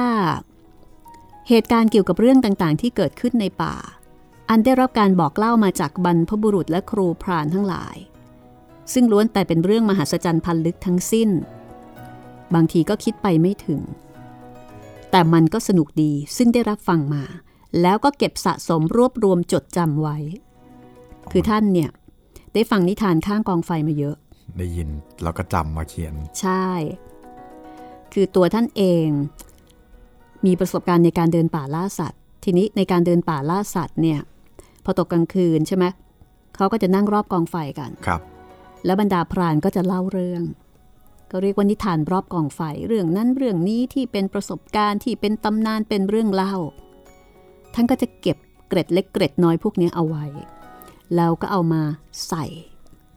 [SPEAKER 3] เหตุการณ์เกี่ยวกับเรื่องต่างๆ ที่เกิดขึ้นในป่า อันได้รับการบอกเล่ามาจากบรรพบุรุษและครูพรานทั้งหลาย ซึ่งล้วนแต่เป็นเรื่องมหัศจรรย์พันลึกทั้งสิ้น บางทีก็คิดไปไม่ถึง แต่มันก็สนุกดีซึ่งได้รับฟังมา แล้วก็เก็บสะสมรวบรวมจดจำไว้ คือท่านเนี่ยได้ฟังนิทานข้างกองไฟมาเยอะ
[SPEAKER 4] ได้ยินแล้วก็จำมาเขียน
[SPEAKER 3] ใช่ คือตัวท่านเอง มีประสบการณ์ในการเดินป่าล่าสัตว์ ทีนี้ในการเดินป่าล่าสัตว์เนี่ยพอตกกลางคืนใช่ไหมเขาก็จะนั่งรอบกองไฟกัน
[SPEAKER 4] ครับ
[SPEAKER 3] แล้วบรรดาพรานก็จะเล่าเรื่อง ก็เรียกว่านิทานรอบกองไฟ เรื่องนั้นเรื่องนี้ที่เป็นประสบการณ์ที่เป็นตำนานเป็นเรื่องเล่า ท่านก็จะเก็บเกร็ดเล็กเกร็ดน้อยพวกนี้เอาไว้ แล้วก็เอามาใส่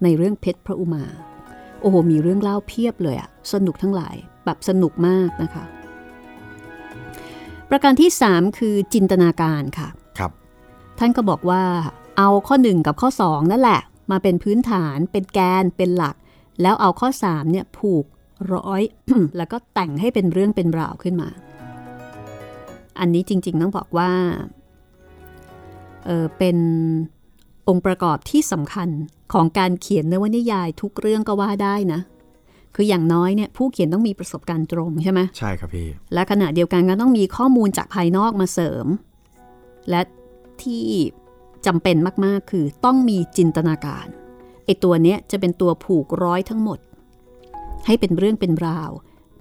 [SPEAKER 3] ในเรื่องเพชรพระอุมา โอ้โห มีเรื่องเล่าเพียบเลยอะสนุกทั้งหลาย แบบสนุกมากนะคะ ประการที่ 3 คือจินตนาการค่ะ
[SPEAKER 4] ครับ
[SPEAKER 3] ท่านก็บอกว่าเอาข้อ 1 กับข้อ 2 นั่นแหละ มาเป็นพื้นฐาน เป็นแกนเป็นหลัก แล้วเอาข้อ 3 เนี่ยผูกร้อย แล้วก็แต่งให้เป็นเรื่องเป็นราวขึ้นมา อันนี้จริง ๆ ต้องบอกว่าเออเป็นองค์ประกอบที่สำคัญของการเขียนนวนิยายทุกเรื่องก็ว่าได้นะ คืออย่างน้อยเนี่ยผู้เขียนต้องมีประสบการณ์ตรงใช่ไหม
[SPEAKER 4] ใช่ครับพี่
[SPEAKER 3] และขณะเดียวกันก็ต้องมีข้อมูลจากภายนอกมาเสริม และที่จำเป็นมาก ๆ คือต้องมีจินตนาการไอตัวเนี้ยจะเป็นตัวผูกร้อยทั้งหมด ให้เป็นเรื่องเป็นราว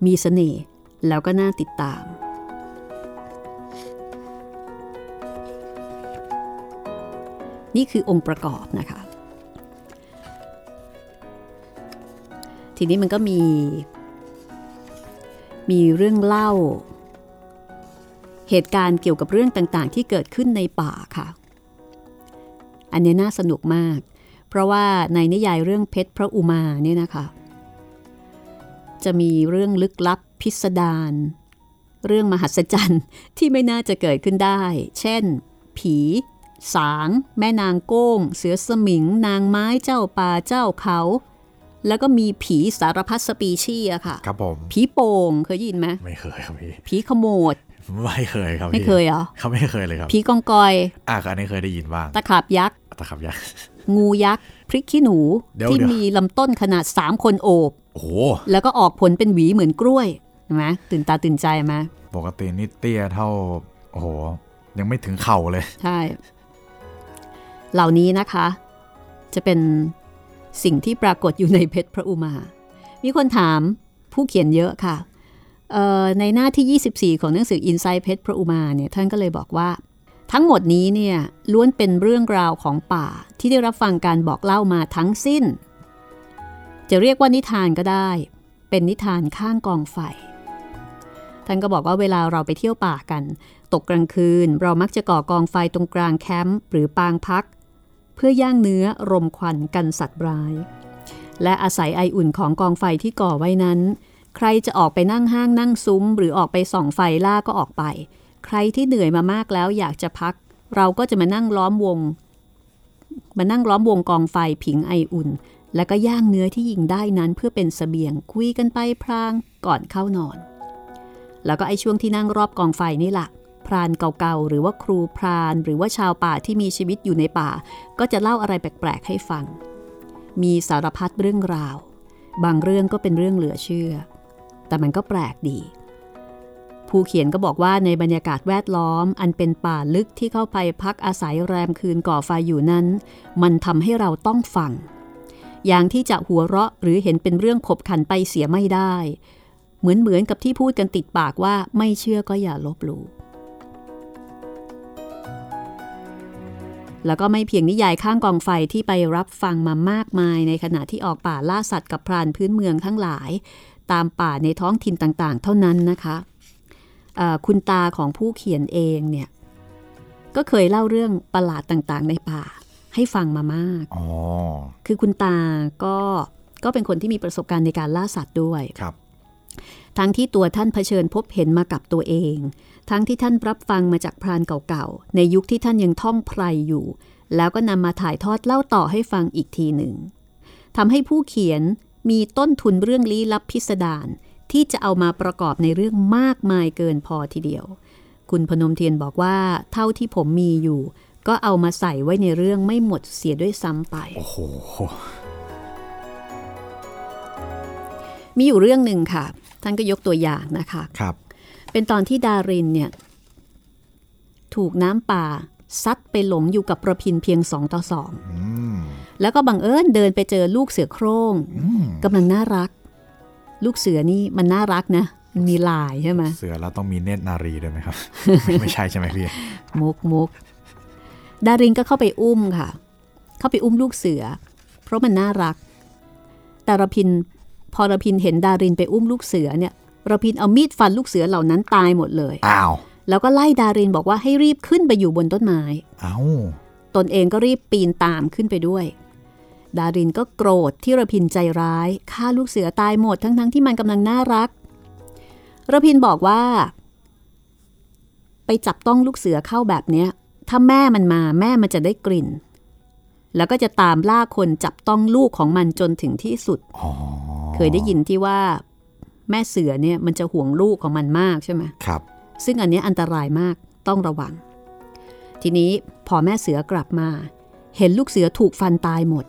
[SPEAKER 3] มีเสน่ห์แล้วก็น่าติดตาม นี่คือองค์ประกอบนะคะ ทีนี้มันก็มี มีเรื่องเล่า เหตุการณ์เกี่ยวกับเรื่องต่างๆ ที่เกิดขึ้นในป่าค่ะ อันเนี้ยน่าสนุกมาก เพราะว่าในนิยายเรื่องเพชรพระอุมาเนี่ยนะคะ จะมีเรื่องลึกลับพิสดารเรื่องมหัศจรรย์ที่ไม่น่าจะเกิดขึ้นได้ เช่น ผี สาง แม่นางโก้ง เสือสมิง นางไม้เจ้าป่าเจ้าเขา แล้วก็มีผีสารพัดสปีชีส์อะค่ะ
[SPEAKER 4] ครับผม
[SPEAKER 3] ผีโป่งเคยได้ยินไหม
[SPEAKER 4] ไม่เคยครับพี่
[SPEAKER 3] ผีขโมด
[SPEAKER 4] ไม่เคยครับพี่
[SPEAKER 3] ไม่เคยเหรอ
[SPEAKER 4] ครับไม่เคยเลยครับ
[SPEAKER 3] ผีกองกอย
[SPEAKER 4] อ่ะก็อันนี้เคยได้ยินบ้าง
[SPEAKER 3] ตะขาบยักษ์
[SPEAKER 4] แต่ครับยัง
[SPEAKER 3] งูยักษ์ พริกขี้หนู
[SPEAKER 4] เดี๋ยว
[SPEAKER 3] ที่
[SPEAKER 4] เดี๋ยว
[SPEAKER 3] มีลำต้นขนาด 3 คนโอบ
[SPEAKER 4] โอ้โห
[SPEAKER 3] แล้วก็ออกผลเป็นหวีเหมือนกล้วยเห็นไหมตื่นตาตื่นใจไหม
[SPEAKER 4] ปกตินี่เตี้ยเท่าโอ้โหยังไม่ถึงเข่าเลย
[SPEAKER 3] ใช่ เหล่านี้นะคะ จะเป็นสิ่งที่ปรากฏอยู่ในเพชรพระอุมา มีคนถามผู้เขียนเยอะค่ะเอ่อในหน้าที่ 24 ของหนังสือ Inside เพชรพระอุมาเนี่ยท่านก็เลยบอกว่า ทั้งหมดนี้เนี่ยล้วนเป็นเรื่องราวของป่าที่ได้รับฟังการบอกเล่ามาทั้งสิ้น จะเรียกว่านิทานก็ได้ เป็นนิทานข้างกองไฟ ท่านก็บอกว่าเวลาเราไปเที่ยวป่ากัน ตกกลางคืน เรามักจะก่อกองไฟตรงกลางแคมป์หรือปางพัก เพื่อย่างเนื้อรมควันกันสัตว์ร้าย และอาศัยไออุ่นของกองไฟที่ก่อไว้นั้น ใครจะออกไปนั่งห้างนั่งซุ้ม หรือออกไปส่องไฟล่าก็ออกไป ใครที่เหนื่อยมามากแล้วอยากจะพัก เราก็จะมานั่งล้อมวง มานั่งล้อมวงกองไฟผิงไออุ่น แล้วก็ย่างเนื้อที่ยิงได้นั้นเพื่อเป็นเสบียงคุยกันไปพลางก่อนเข้านอน แล้วก็ไอช่วงที่นั่งรอบกองไฟนี่ละ่ะ พรานเก่าๆ หรือว่าครูพราน หรือว่าชาวป่าที่มีชีวิตอยู่ในป่า ก็จะเล่าอะไรแปลกๆ ให้ฟัง มีสารพัดเรื่องราว บางเรื่องก็เป็นเรื่องเหลือเชื่อ แต่มันก็แปลกดี ผู้เขียนก็บอกว่าในบรรยากาศแวดล้อม อันเป็นป่าลึกที่เข้าไปพักอาศัยแรมคืนก่อไฟอยู่นั้น มันทำให้เราต้องฟัง อย่างที่จะหัวเราะหรือเห็นเป็นเรื่องขบขันไปเสียไม่ได้ เหมือนเหมือนกับที่พูดกันติดปากว่าไม่เชื่อก็อย่าลบหลู่ แล้วก็ไม่เพียงนิยายข้างกองไฟที่ไปรับฟังมามากมายในขณะที่ออกป่าล่าสัตว์กับพรานพื้นเมืองทั้งหลาย ตามป่าในท้องถิ่นต่างๆ เท่านั้นนะคะเอ่อคุณตาของผู้เขียนเองเนี่ยก็เคยเล่าเรื่องประหลาดต่างๆ ในป่าให้ฟังมามาก
[SPEAKER 4] อ๋อ
[SPEAKER 3] คือคุณตาก็ก็เป็นคนที่มีประสบการณ์ในการล่าสัตว์ด้วย
[SPEAKER 4] ครับ
[SPEAKER 3] ทั้งที่ตัวท่านเผชิญพบเห็นมากับตัวเอง ทั้งที่ท่านรับฟังมาจากพรานเก่าๆ ในยุคที่ท่านยังท่องไพรอยู่ แล้วก็นำมาถ่ายทอดเล่าต่อให้ฟังอีกทีหนึ่งทำให้ผู้เขียนมีต้นทุนเรื่องลี้ลับพิสดารที่จะเอามาประกอบในเรื่องมากมายเกินพอทีเดียว คุณพนมเทียนบอกว่าเท่าที่ผมมีอยู่ ก็เอามาใส่ไว้ในเรื่องไม่หมดเสียด้วยซ้ำไป
[SPEAKER 4] โอ้โห
[SPEAKER 3] มีอยู่เรื่องหนึ่งค่ะ ท่านก็ยกตัวอย่างนะคะ
[SPEAKER 4] ครับ
[SPEAKER 3] เป็นตอนที่ดารินเนี่ย ถูกน้ำป่าซัดไปหลงอยู่กับประพินเพียงสองต่อสอง
[SPEAKER 4] อืม
[SPEAKER 3] แล้วก็บังเอิญเดินไปเจอลูกเสือโคร่ง
[SPEAKER 4] อืม
[SPEAKER 3] กำลังน่ารัก ลูกเสือนี่มันน่ารักนะมันมีลายใช่ไหม
[SPEAKER 4] เสือแล้วต้องมีเนตรนารีด้วยไหม ครับ ไม่ใช่ใช่ไหมพี่
[SPEAKER 3] มุกมุกดารินก็เข้าไปอุ้มค่ะ เข้าไปอุ้มลูกเสือ เพราะมันน่ารัก แต่ระพินพอระพินเห็นดารินไปอุ้มลูกเสือเนี่ยระพินเอามีดฟันลูกเสือเหล่านั้นตายหมดเลย
[SPEAKER 4] อ้าว
[SPEAKER 3] แล้วก็ไล่ดารินบอกว่าให้รีบขึ้นไปอยู่บนต้นไม้
[SPEAKER 4] เอ้า
[SPEAKER 3] ตนเองก็รีบปีนตามขึ้นไปด้วย ดารินก็โกรธที่ระพินใจร้ายฆ่าลูกเสือตายหมดทั้งๆทที่มันกำลังน่ารักระพินบอกว่า ไปจับต้องลูกเสือเข้าแบบเนี้ย ถ้าแม่มันมาแม่มันจะได้กลิ่น แล้วก็จะตามล่าคนจับต้องลูกของมันจนถึงที่สุด
[SPEAKER 4] อ๋อ
[SPEAKER 3] เคยได้ยินที่ว่า แม่เสือเนี่ยมันจะห่วงลูกของมันมากใช่ไหม
[SPEAKER 4] ครับ
[SPEAKER 3] ซึ่งอันเนี้ยอันตรายมากต้องระวัง ทีนี้พอแม่เสือกลับมา เห็นลูกเสือถูกฟันตายหมด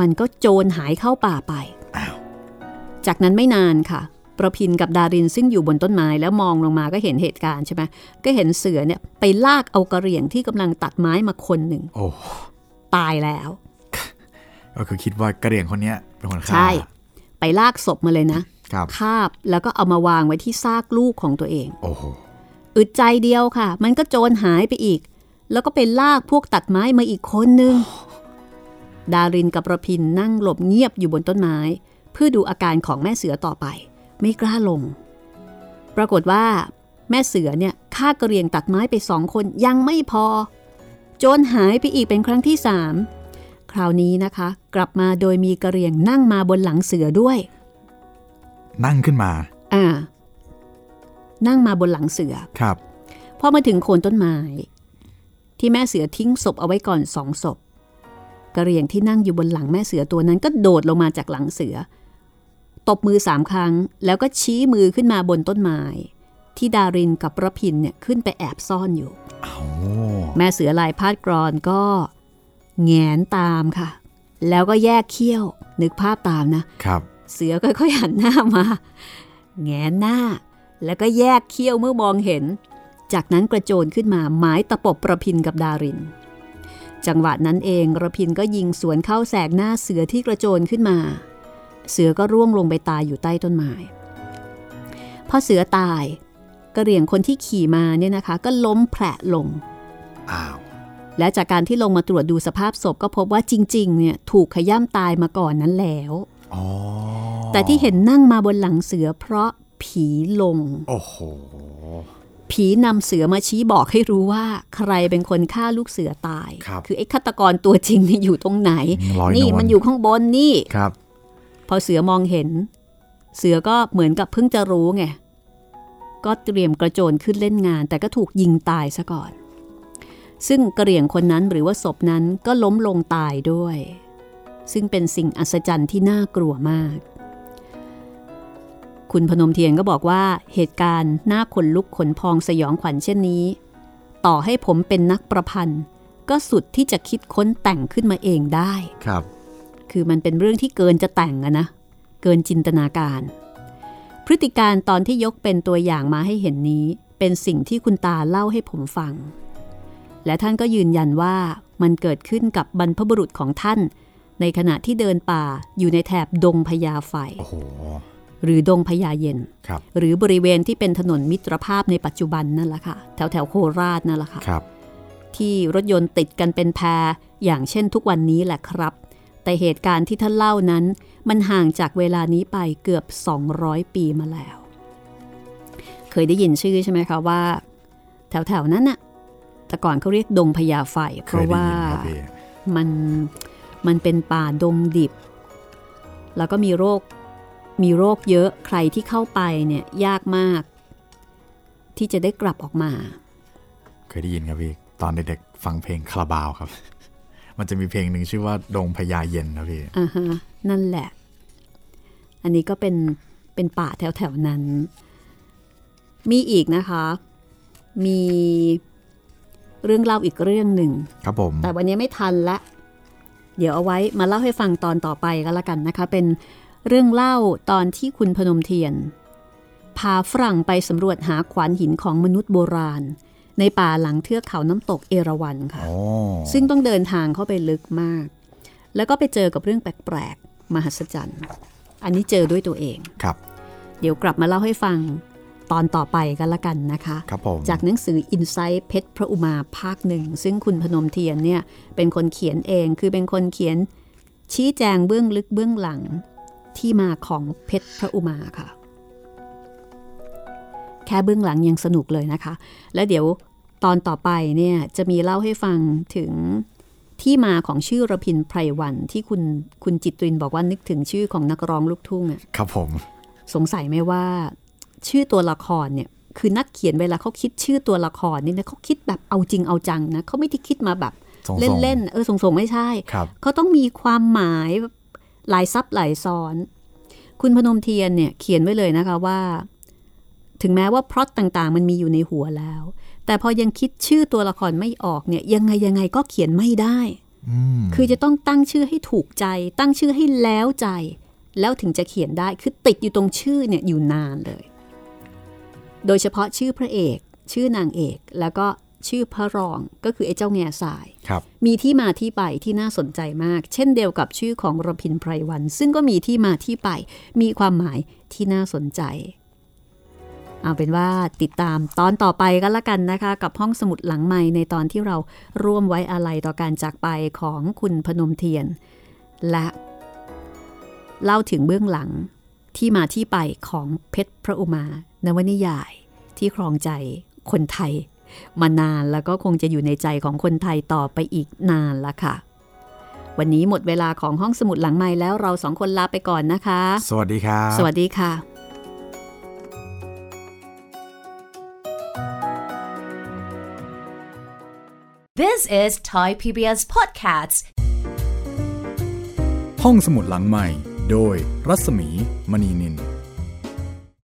[SPEAKER 3] มันก็โจรหายเข้าป่าไป
[SPEAKER 4] อ้าว
[SPEAKER 3] จากนั้นไม่นานค่ะ ประพินกับดารินซึ่งอยู่บนต้นไม้แล้วมองลงมาก็เห็นเหตุการณ์ใช่ไหมก็เห็นเสือเนี่ยไปลากเอากระเหรี่ยงที่กำลังตัดไม้มาคนหนึ่ง
[SPEAKER 4] โอ้
[SPEAKER 3] ตายแล้ว
[SPEAKER 4] ก็คือคิดว่ากระเดี่ยงคนเนี้ยเป็นคนฆ่า
[SPEAKER 3] ใช่ ไปลากศพมาเลยนะครับ คาบแล้วก็เอามาวางไว้ที่ซากลูกของตัวเอง
[SPEAKER 4] โอ้โห
[SPEAKER 3] อึดใจเดียวค่ะ มันก็โจรหายไปอีก แล้วก็ไปลากพวกตัดไม้มาอีกคนนึง ดารินกับประพินนั่งหลบเงียบอยู่บนต้นไม้ เพื่อดูอาการของแม่เสือต่อไป ไม่กล้าลง ปรากฏว่า แม่เสือเนี่ยฆ่ากระเรียงตัดไม้ไปสองคนยังไม่พอ โจรหายไปอีกเป็นครั้งที่สามคราวนี้นะคะ กลับมาโดยมีกระเรียงนั่งมาบนหลังเสือด้วย
[SPEAKER 4] นั่งขึ้นมา
[SPEAKER 3] อ่า นั่งมาบนหลังเสือ
[SPEAKER 4] ครับ
[SPEAKER 3] พอมาถึงโคนต้นไม้ ที่แม่เสือทิ้งศพเอาไว้ก่อนสองศพกระเหรียงที่นั่งอยู่บนหลังแม่เสือตัวนั้นก็โดดลงมาจากหลังเสือ ตบมือสามครั้ง แล้วก็ชี้มือขึ้นมาบนต้นไม้ ที่ดารินกับประพินเนี่ยขึ้นไปแอบซ่อนอยู่
[SPEAKER 4] เอา
[SPEAKER 3] แม่เสือลายพาดกรอนก็แงนตามค่ะ แล้วก็แยกเขี้ยว นึกภาพตามนะ
[SPEAKER 4] ครับ
[SPEAKER 3] เสือค่อยๆหันหน้ามา แงนหน้า แล้วก็แยกเขี้ยวเมื่อมองเห็น จากนั้นกระโจนขึ้นมาหมายตะปบประพินกับดาริน จังหวะนั้นเองระพินก็ยิงสวนเข้าแสกหน้าเสือที่กระโจนขึ้นมา เสือก็ร่วงลงไปตายอยู่ใต้ต้นไม้ พอเสือตายกระเหรี่ยงคนที่ขี่มาเนี่ยนะคะ ก็ล้มแผละลง
[SPEAKER 4] อ้าว
[SPEAKER 3] และจากการที่ลงมาตรวจดูสภาพศพก็พบว่าจริงๆเนี่ยถูกขย่ำตายมาก่อนนั้นแล้ว
[SPEAKER 4] อ๋อ
[SPEAKER 3] แต่ที่เห็นนั่งมาบนหลังเสือเพราะผีลง
[SPEAKER 4] โอ้โห
[SPEAKER 3] ผีนำเสือมาชี้บอกให้รู้ว่า ใครเป็นคนฆ่าลูกเสือตาย
[SPEAKER 4] ครับ
[SPEAKER 3] คือไอ้ฆาตกรตัวจริงเนี่ยอยู่ตรงไหน
[SPEAKER 4] ลอยนวล
[SPEAKER 3] นี่มันอยู่ข้างบนนี่
[SPEAKER 4] ครับ
[SPEAKER 3] พอเสือมองเห็น เสือก็เหมือนกับเพิ่งจะรู้ไง ก็เตรียมกระโจนขึ้นเล่นงาน แต่ก็ถูกยิงตายซะก่อน ซึ่งกระเหรี่ยงคนนั้นหรือว่าศพนั้นก็ล้มลงตายด้วย ซึ่งเป็นสิ่งอัศจรรย์ที่น่ากลัวมาก คุณพนมเทียนก็บอกว่าเหตุการณ์น่าขนลุกขนพองสยองขวัญเช่นนี้ ต่อให้ผมเป็นนักประพันธ์ ก็สุดที่จะคิดค้นแต่งขึ้นมาเองได้
[SPEAKER 4] ครับ
[SPEAKER 3] คือมันเป็นเรื่องที่เกินจะแต่งอะนะ เกินจินตนาการ พฤติการตอนที่ยกเป็นตัวอย่างมาให้เห็นนี้ เป็นสิ่งที่คุณตาเล่าให้ผมฟัง และท่านก็ยืนยันว่ามันเกิดขึ้นกับบรรพบุรุษของท่าน ในขณะที่เดินป่าอยู่ในแถบดงพญาไฟ
[SPEAKER 4] โอ้โห
[SPEAKER 3] หรือดงพญาเย็น
[SPEAKER 4] ครับ
[SPEAKER 3] หรือบริเวณที่เป็นถนนมิตรภาพในปัจจุบันนั่นแหละค่ะ แถวแถวๆโคราชนั่นแหละค่ะ
[SPEAKER 4] ครับ
[SPEAKER 3] ที่รถยนต์ติดกันเป็นแพรอย่างเช่นทุกวันนี้แหละครับ แต่เหตุการณ์ที่ท่านเล่านั้น มันห่างจากเวลานี้ไปเกือบ 200 ปีมาแล้ว เคยได้ยินชื่อใช่ไหมคะว่า แถวๆนั้นน่ะแต่ก่อนเขาเรียกดงพญาไฟเพ
[SPEAKER 4] เคย
[SPEAKER 3] ราะ
[SPEAKER 4] ได้
[SPEAKER 3] ว่า
[SPEAKER 4] ยินครับพี่
[SPEAKER 3] มันมันเป็นป่าดงดิบ แล้วก็มีโรคมีโรคเยอะใครที่เข้าไปเนี่ยยากมาก ที่จะได้กลับออกมา
[SPEAKER 4] เคยได้ยินครับพี่ตอนเด็กๆฟังเพลงคาราบาวครับ มันจะมีเพลงหนึ่งชื่อว่าดงพญาเย็นครับพี่
[SPEAKER 3] อ่าฮะนั่นแหละ อันนี้ก็เป็นเป็นป่าแถวแถวๆนั้น มีอีกนะคะ มีเรื่องเล่าอีกเรื่องหนึ่ง
[SPEAKER 4] ครับผม
[SPEAKER 3] แต่วันนี้ไม่ทันละ เดี๋ยวเอาไว้มาเล่าให้ฟังตอนต่อไปก็แล้วกันนะคะ เป็นเรื่องเล่าตอนที่คุณพนมเทียน พาฝรั่งไปสำรวจหาขวานหินของมนุษย์โบราณ ในป่าหลังเทือกเขาน้ำตกเอราวัณค่ะ
[SPEAKER 4] โอ้
[SPEAKER 3] ซึ่งต้องเดินทางเข้าไปลึกมาก แล้วก็ไปเจอกับเรื่องแปลกๆ มหัศจรรย์ อันนี้เจอด้วยตัวเอง
[SPEAKER 4] ครับ
[SPEAKER 3] เดี๋ยวกลับมาเล่าให้ฟังตอนต่อไปกันละกันนะคะ
[SPEAKER 4] ครับผม
[SPEAKER 3] จากหนังสือ Insight เพชรพระอุมาภาคหนึ่ง ซึ่งคุณพนมเทียนเนี่ยเป็นคนเขียนเอง คือเป็นคนเขียนชี้แจงเบื้องลึกเบื้องหลังที่มาของเพชรพระอุมาค่ะ แค่เบื้องหลังยังสนุกเลยนะคะ แล้วเดี๋ยวตอนต่อไปเนี่ยจะมีเล่าให้ฟังถึงที่มาของชื่อระพินไพรวันที่คุณคุณจิตรินบอกว่านึกถึงชื่อของนักร้องลูกทุ่งอะ
[SPEAKER 4] ครับผม
[SPEAKER 3] สงสัยไหมว่า ชื่อตัวละครเนี่ยคือนักเขียนเวลาเขาคิดชื่อตัวละครเนี่ยนะเขาคิดแบบเอาจริงเอาจังนะเขาไม่ได้คิดมาแบบ
[SPEAKER 4] ส่งๆ
[SPEAKER 3] เล่นๆเออส่งๆไม่ใช่
[SPEAKER 4] ครับ
[SPEAKER 3] เขาต้องมีความหมายหลายซับหลายซ้อน คุณพนมเทียนเนี่ยเขียนไว้เลยนะคะว่า ถึงแม้ว่าพล็อตต่างๆ มันมีอยู่ในหัวแล้ว แต่พอยังคิดชื่อตัวละครไม่ออกเนี่ยยังไงยังไงก็เขียนไม่ได้
[SPEAKER 4] อืม
[SPEAKER 3] คือจะต้องตั้งชื่อให้ถูกใจ ตั้งชื่อให้แล้วใจ แล้วถึงจะเขียนได้คือติดอยู่ตรงชื่อเนี่ยอยู่นานเลย โดยเฉพาะชื่อพระเอก ชื่อนางเอก แล้วก็ชื่อพระรองก็คือไอ้เจ้าแง่สาย
[SPEAKER 4] ครับ
[SPEAKER 3] มีที่มาที่ไปที่น่าสนใจมาก เช่นเดียวกับชื่อของรพินไพรวัน ซึ่งก็มีที่มาที่ไป มีความหมายที่น่าสนใจ เอาเป็นว่าติดตามตอนต่อไปก็แล้วกันนะคะ กับห้องสมุดหลังใหม่ในตอนที่เราร่วมไว้อาลัยต่อการจากไปของคุณพนมเทียน และ เล่าถึงเบื้องหลังที่มาที่ไปของเพชรพระอุมานวนิยาย ที่ครองใจคนไทย มานานแล้วก็คงจะอยู่ในใจของคนไทยต่อไปอีกนานละค่ะ วันนี้หมดเวลาของห้องสมุดหลังใหม่แล้วเราสองคนลาไปก่อนนะคะ
[SPEAKER 4] สวัสดีครับ
[SPEAKER 3] สวัสดีค่ะ
[SPEAKER 1] This is Thai PBS Podcasts.
[SPEAKER 2] ห้องสมุดหลังใหม่ โดยรัศมีมณีนิน